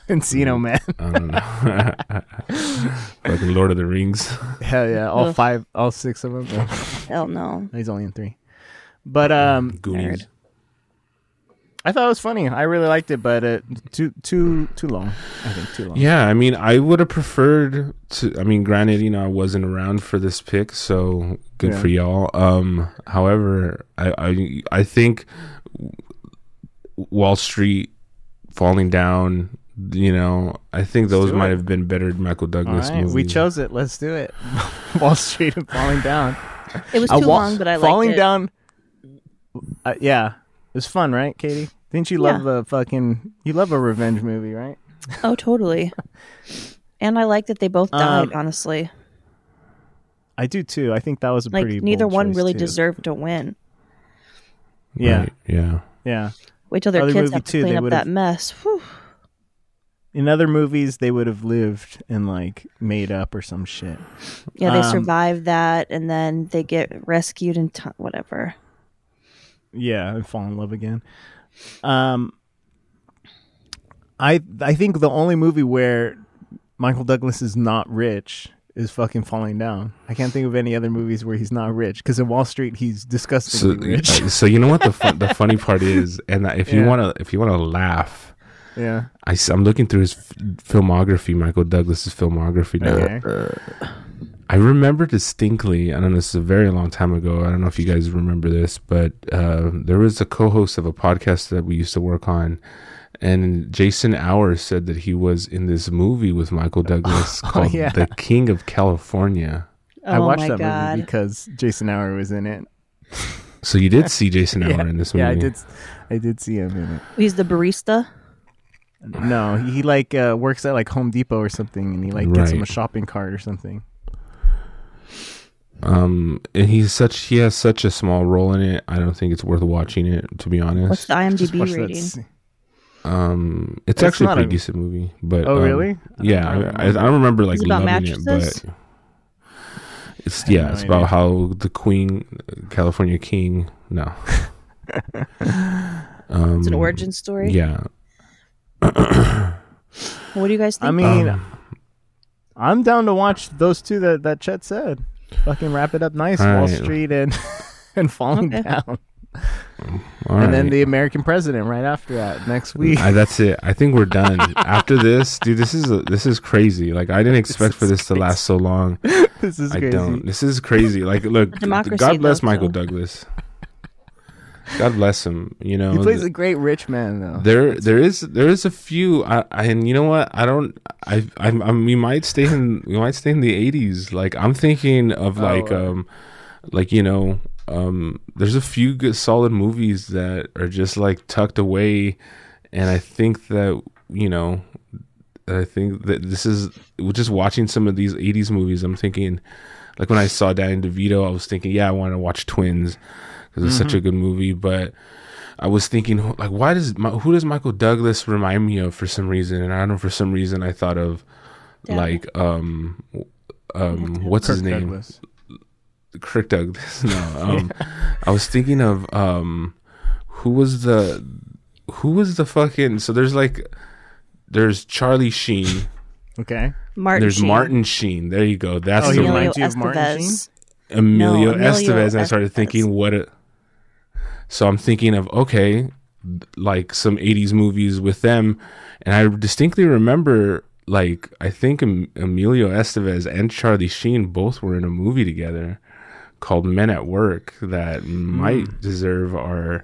Speaker 2: Encino Man.
Speaker 1: I don't know. like Lord of the
Speaker 3: (laughs)
Speaker 1: Rings.
Speaker 2: Hell yeah. All
Speaker 3: Ugh.
Speaker 2: five, all six of them.
Speaker 3: Hell no.
Speaker 2: He's only in three. But um,
Speaker 1: Goonies.
Speaker 2: I thought it was funny. I really liked it, but uh, too too too long. I think too long.
Speaker 1: Yeah, I mean, I would have preferred to. I mean, granted, you know, I wasn't around for this pick, so good
Speaker 2: Yeah.
Speaker 1: for y'all. Um, however, I, I I think Wall Street falling down. You know, I think those
Speaker 2: do
Speaker 1: might
Speaker 2: it.
Speaker 1: have been better Michael
Speaker 2: All
Speaker 1: Douglas
Speaker 2: right,
Speaker 1: movies.
Speaker 2: we chose it. Let's do it. (laughs) Wall Street and falling down.
Speaker 3: It was
Speaker 2: A
Speaker 3: too
Speaker 2: wall-
Speaker 3: long, but I liked
Speaker 2: falling
Speaker 3: it.
Speaker 2: down. Uh, yeah, it was fun, right, Katie? Didn't you love
Speaker 3: Yeah.
Speaker 2: a fucking? You love a revenge movie, right? (laughs)
Speaker 3: Oh, totally. And I like that they both died,
Speaker 2: Um,
Speaker 3: honestly.
Speaker 2: I do too. I think that was a
Speaker 3: Like,
Speaker 2: pretty.
Speaker 3: neither
Speaker 2: bold
Speaker 3: one
Speaker 2: choice,
Speaker 3: really
Speaker 2: too.
Speaker 3: deserved to win.
Speaker 2: Yeah,
Speaker 1: Right, yeah.
Speaker 2: yeah.
Speaker 3: Wait till their
Speaker 2: Other
Speaker 3: kids
Speaker 2: movie,
Speaker 3: have to
Speaker 2: too, they
Speaker 3: clean up
Speaker 2: would've-
Speaker 3: that mess. Whew.
Speaker 2: In other movies, they would have lived and like made up or some shit.
Speaker 3: Yeah, they
Speaker 2: Um,
Speaker 3: survive that, and then they get rescued and t- whatever.
Speaker 2: yeah and fall in love again um i i think the only movie where michael douglas is not rich is fucking falling down i can't think of any other movies where he's not rich because in wall street he's
Speaker 1: So,
Speaker 2: disgustingly rich
Speaker 1: uh, so you know what the fun, the funny part is, and that if you
Speaker 2: Yeah.
Speaker 1: wanna if you wanna laugh,
Speaker 2: (laughs) yeah
Speaker 1: I, am looking through his f- filmography, Michael Douglas's filmography now.
Speaker 2: okay
Speaker 1: I remember distinctly, I don't know, this is a very long time ago. I don't know if you guys remember this, but uh, there was a co host of a podcast that we used to work on. And Jason Hour said that he was in this movie with
Speaker 2: (laughs)
Speaker 1: Michael Douglas called
Speaker 2: Oh, yeah.
Speaker 1: The King of California.
Speaker 3: Oh
Speaker 2: i watched
Speaker 3: my
Speaker 2: that
Speaker 3: god!
Speaker 2: movie because jason hour was in it
Speaker 1: So you did see Jason Hour in this movie.
Speaker 2: (laughs) yeah i did s- i did see him in it
Speaker 3: He's the barista.
Speaker 2: no he like uh works at like home depot or something and he like gets him a
Speaker 1: Right.
Speaker 2: shopping cart or something
Speaker 1: Um, and he's such, he has such a small role in it. I don't think it's worth watching it, to be
Speaker 3: What's
Speaker 1: honest.
Speaker 3: the
Speaker 2: Just
Speaker 3: IMDb
Speaker 2: watch that
Speaker 3: rating?
Speaker 2: s-
Speaker 1: Um, it's,
Speaker 2: It's
Speaker 1: actually
Speaker 2: not
Speaker 1: a pretty
Speaker 2: a-
Speaker 1: decent movie, but
Speaker 2: Oh,
Speaker 1: um,
Speaker 2: really?
Speaker 1: Yeah,
Speaker 2: I don't
Speaker 1: I, I, I remember like
Speaker 3: Is it about
Speaker 1: loving
Speaker 3: mattresses?
Speaker 1: it, but it's
Speaker 2: I have
Speaker 1: yeah,
Speaker 2: no
Speaker 1: it's
Speaker 2: idea.
Speaker 1: about how the Queen, California King,
Speaker 2: (laughs)
Speaker 1: no, um,
Speaker 2: mm,
Speaker 3: It's an origin story.
Speaker 1: Yeah,
Speaker 3: What do you guys think?
Speaker 2: I mean,
Speaker 1: um,
Speaker 2: I'm down to watch those two that that Chet said. Fucking wrap it up nice,
Speaker 1: All
Speaker 2: Wall
Speaker 1: right.
Speaker 2: Street and (laughs) and falling
Speaker 3: Okay.
Speaker 2: down,
Speaker 1: all
Speaker 2: and then
Speaker 1: right.
Speaker 2: the American president right after that next week. (laughs)
Speaker 1: I, that's it. I think we're done. After this, dude, this is a, this is crazy. Like I didn't expect for
Speaker 2: is
Speaker 1: this to last so long.
Speaker 2: (laughs) this is
Speaker 1: I
Speaker 2: crazy.
Speaker 1: don't. This is crazy. Like look,
Speaker 3: democracy,
Speaker 1: God bless
Speaker 3: though,
Speaker 1: Michael
Speaker 3: so.
Speaker 1: Douglas. God bless him. You know
Speaker 2: He plays
Speaker 1: th-
Speaker 2: a great rich man though.
Speaker 1: There, there is, there is a few, I, I, and you know what? I don't. I, I, I we might stay in, we might stay in the eighties. Like I'm thinking of like,
Speaker 2: uh,
Speaker 1: um, like you know, um, there's a few good solid movies that are just like tucked away, and I think that you know, I think that this is we're just watching some of these '80s movies. I'm thinking, like when I saw Danny DeVito, I was thinking, yeah, I want to watch Twins because it's such a good movie. But I was thinking, wh- like, why does Mi- who does Michael Douglas remind me of for some reason? And I don't know for some reason I thought of
Speaker 3: Damn.
Speaker 1: like um w- um what's his
Speaker 2: Kirk
Speaker 1: name
Speaker 2: Douglas.
Speaker 1: Kirk Douglas. (laughs) No, um, I was thinking of um, who was the who was the fucking so there's like there's Charlie Sheen,
Speaker 2: Okay.
Speaker 3: Martin.
Speaker 1: there's
Speaker 3: Sheen.
Speaker 1: Martin Sheen. There you go. That's
Speaker 2: Oh, he
Speaker 1: the
Speaker 3: Emilio
Speaker 1: one.
Speaker 2: reminds you of Martin
Speaker 3: Estevez.
Speaker 1: Emilio,
Speaker 3: No, Emilio
Speaker 1: Estevez. And I started
Speaker 3: Estevez.
Speaker 1: thinking what a so I'm thinking of okay, like some 80s movies with them and I distinctly remember like I think em- Emilio Estevez and Charlie Sheen both were in a movie together called Men at Work that
Speaker 3: Hmm.
Speaker 1: might deserve our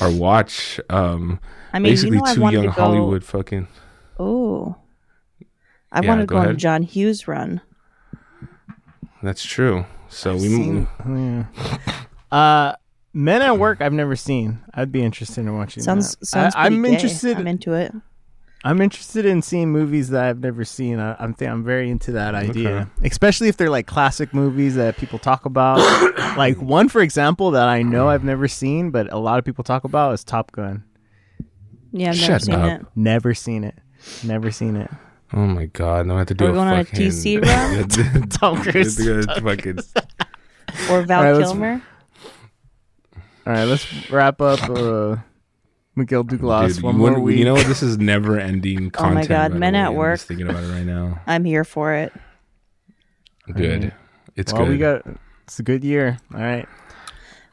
Speaker 1: our watch. Um,
Speaker 3: I mean,
Speaker 1: basically,
Speaker 3: you know, I
Speaker 1: two
Speaker 3: wanted
Speaker 1: young
Speaker 3: to go.
Speaker 1: Hollywood fucking.
Speaker 3: Oh, I
Speaker 1: Yeah,
Speaker 3: wanted to
Speaker 1: go
Speaker 3: go on
Speaker 1: ahead.
Speaker 3: a John Hughes run.
Speaker 1: That's true. So we
Speaker 2: Seen- yeah. Uh, Men at Work, I've never seen. I'd be interested in watching.
Speaker 3: Sounds
Speaker 2: that.
Speaker 3: sounds.
Speaker 2: I,
Speaker 3: pretty
Speaker 2: am
Speaker 3: gay.
Speaker 2: interested.
Speaker 3: I'm into it.
Speaker 2: I'm interested in seeing movies that I've never seen. I, I'm th- I'm very into that idea, especially if they're like classic movies that people
Speaker 1: (coughs)
Speaker 2: talk about. like one, for example, that I know I've never seen, but a lot of people talk about is Top Gun.
Speaker 3: Yeah, I've never
Speaker 1: Shut
Speaker 3: seen
Speaker 1: up.
Speaker 3: it.
Speaker 2: Never seen it. Never seen it. (laughs)
Speaker 1: oh my god! Now I have to do
Speaker 3: Are
Speaker 1: a
Speaker 3: we going on a
Speaker 1: fucking
Speaker 3: TC
Speaker 1: (laughs)
Speaker 3: round?
Speaker 2: Tom
Speaker 1: I have
Speaker 3: (laughs)
Speaker 2: Cruise.
Speaker 1: to go to fucking-
Speaker 3: Or Val
Speaker 2: All right, let's-
Speaker 3: Kilmer.
Speaker 2: All right, let's wrap up. Uh, Miguel Douglas.
Speaker 1: Dude,
Speaker 2: one
Speaker 1: you
Speaker 2: more
Speaker 1: wouldn't-
Speaker 2: week.
Speaker 1: You know this is never ending
Speaker 3: (laughs) Oh my
Speaker 1: content. by
Speaker 3: God,
Speaker 1: the
Speaker 3: Men
Speaker 1: way.
Speaker 3: at
Speaker 1: I'm
Speaker 3: Work.
Speaker 1: Just thinking about it right
Speaker 3: (laughs)
Speaker 1: now.
Speaker 3: I'm here for it.
Speaker 1: Good. It's
Speaker 2: well,
Speaker 1: good.
Speaker 2: we got. It's a good year. All right.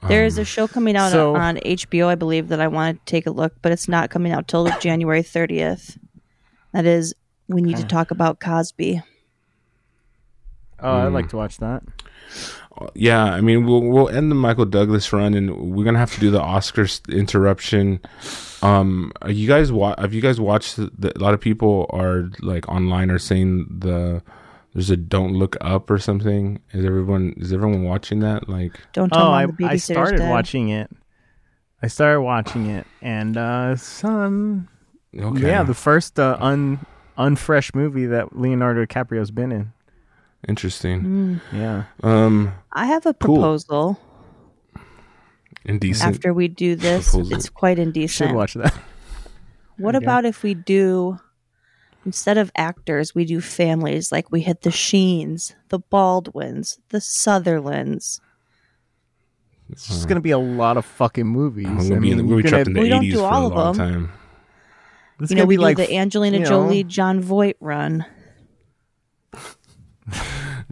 Speaker 3: There is a show coming out
Speaker 2: Um, so-
Speaker 3: on HBO, I believe, that I want to take a look, but it's not coming out till January 30th. That is, we need to talk about Cosby.
Speaker 2: Oh, I'd
Speaker 1: Mm.
Speaker 2: like to watch that.
Speaker 1: yeah, I mean, we'll we'll end the Michael Douglas run, and we're gonna have to do the Oscars interruption. Um, are you guys wa- have you guys watched? The, the- a lot of people are like online are saying the there's a don't look up or something. Is everyone is everyone watching that? Like,
Speaker 3: Don't tell
Speaker 2: Oh,
Speaker 3: me
Speaker 2: I,
Speaker 3: the
Speaker 2: I
Speaker 3: babysitter's
Speaker 2: started
Speaker 3: dead.
Speaker 2: watching it. I started watching it, and uh, some
Speaker 1: okay,
Speaker 2: yeah, the first uh, un unfresh movie that Leonardo DiCaprio's been in.
Speaker 1: interesting,
Speaker 2: Yeah,
Speaker 3: Mm.
Speaker 1: um,
Speaker 3: I have a
Speaker 1: Cool.
Speaker 3: proposal
Speaker 1: indecent.
Speaker 3: after we do this.
Speaker 1: Proposal.
Speaker 3: It's quite
Speaker 2: should
Speaker 3: indecent.
Speaker 2: watch that. (laughs)
Speaker 3: What about if we do instead of actors, we do families like we hit the Sheens, the Baldwins, the Sutherlands.
Speaker 2: It's just gonna be a lot of fucking movies.
Speaker 1: I'm gonna be in the
Speaker 2: we're
Speaker 1: movie
Speaker 2: gonna-
Speaker 1: trapped in the
Speaker 3: we don't
Speaker 1: eighties
Speaker 3: do
Speaker 1: for a
Speaker 3: all of
Speaker 1: long
Speaker 3: them.
Speaker 1: time.
Speaker 2: this is
Speaker 3: you know,
Speaker 2: gonna
Speaker 3: we
Speaker 2: be
Speaker 3: do
Speaker 2: like
Speaker 3: the Angelina
Speaker 2: you know,
Speaker 3: Jolie, John Voight run.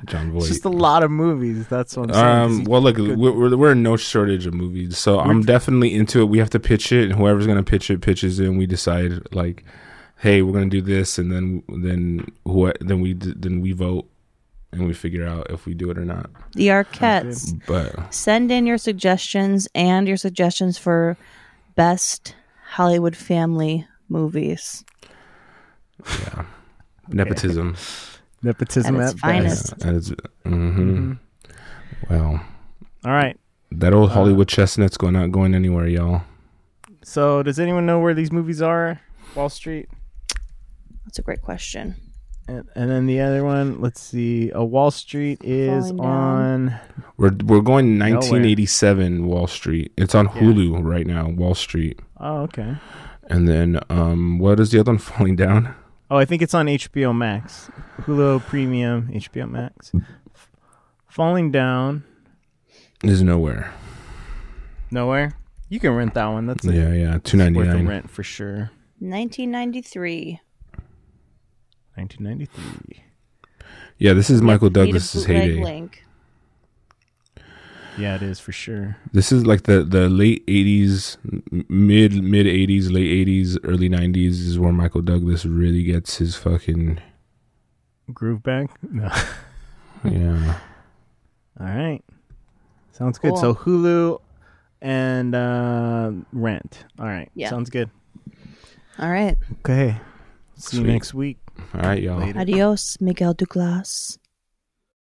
Speaker 1: John
Speaker 2: It's
Speaker 1: Voight.
Speaker 2: just a lot of movies. That's what I'm saying. 'cause
Speaker 1: Um,
Speaker 2: you-
Speaker 1: well, look, we're, we're, we're in no shortage of movies, so I'm definitely into it. We have to pitch it, and whoever's gonna pitch it pitches it, and we decide like, hey, we're gonna do this, and then then what? Then we d- then we vote, and we figure out if we do it or not.
Speaker 3: The Arquettes.
Speaker 1: But
Speaker 3: Send in your suggestions and your suggestions for best Hollywood family movies.
Speaker 1: nepotism
Speaker 2: nepotism
Speaker 3: at its
Speaker 2: at
Speaker 3: finest.
Speaker 2: finest.
Speaker 3: Yes.
Speaker 1: hmm Well,
Speaker 2: All right.
Speaker 1: that old Hollywood chestnut's going not going anywhere, y'all.
Speaker 2: So, does anyone know where these movies are? Wall Street.
Speaker 3: That's a great question.
Speaker 2: And, and then the other one, let's see. A Wall Street is
Speaker 3: Falling Down.
Speaker 2: on.
Speaker 1: We're we're going 1987 Wall Street. It's on Hulu right now. Wall Street,
Speaker 2: Oh, okay.
Speaker 1: and then um, what is the other one (laughs) falling down?
Speaker 2: Oh, I think it's on HBO Max, Hulu Premium, HBO Max. F- Falling down
Speaker 1: Is nowhere.
Speaker 2: nowhere. You can rent that one. That's like
Speaker 1: Yeah, yeah, two ninety
Speaker 2: worth a
Speaker 1: nine.
Speaker 2: rent for sure.
Speaker 3: 1993.
Speaker 2: 1993.
Speaker 1: Yeah, this is Michael
Speaker 3: Need a
Speaker 1: Douglas's
Speaker 3: bootleg
Speaker 1: heyday.
Speaker 3: Link.
Speaker 2: Yeah, it is for sure.
Speaker 1: This is like the the late eighties, mid mid eighties, late eighties, early nineties is where Michael Douglas really gets his fucking
Speaker 2: Groove Bank. No. (laughs)
Speaker 1: yeah.
Speaker 2: All right. Sounds good.
Speaker 3: Cool.
Speaker 2: So Hulu and uh, rent. All right.
Speaker 3: Yeah.
Speaker 2: Sounds good.
Speaker 3: All right.
Speaker 2: Okay. See
Speaker 1: Sweet.
Speaker 2: you next week.
Speaker 1: All right, y'all.
Speaker 2: Later.
Speaker 3: Adios, Miguel Douglas.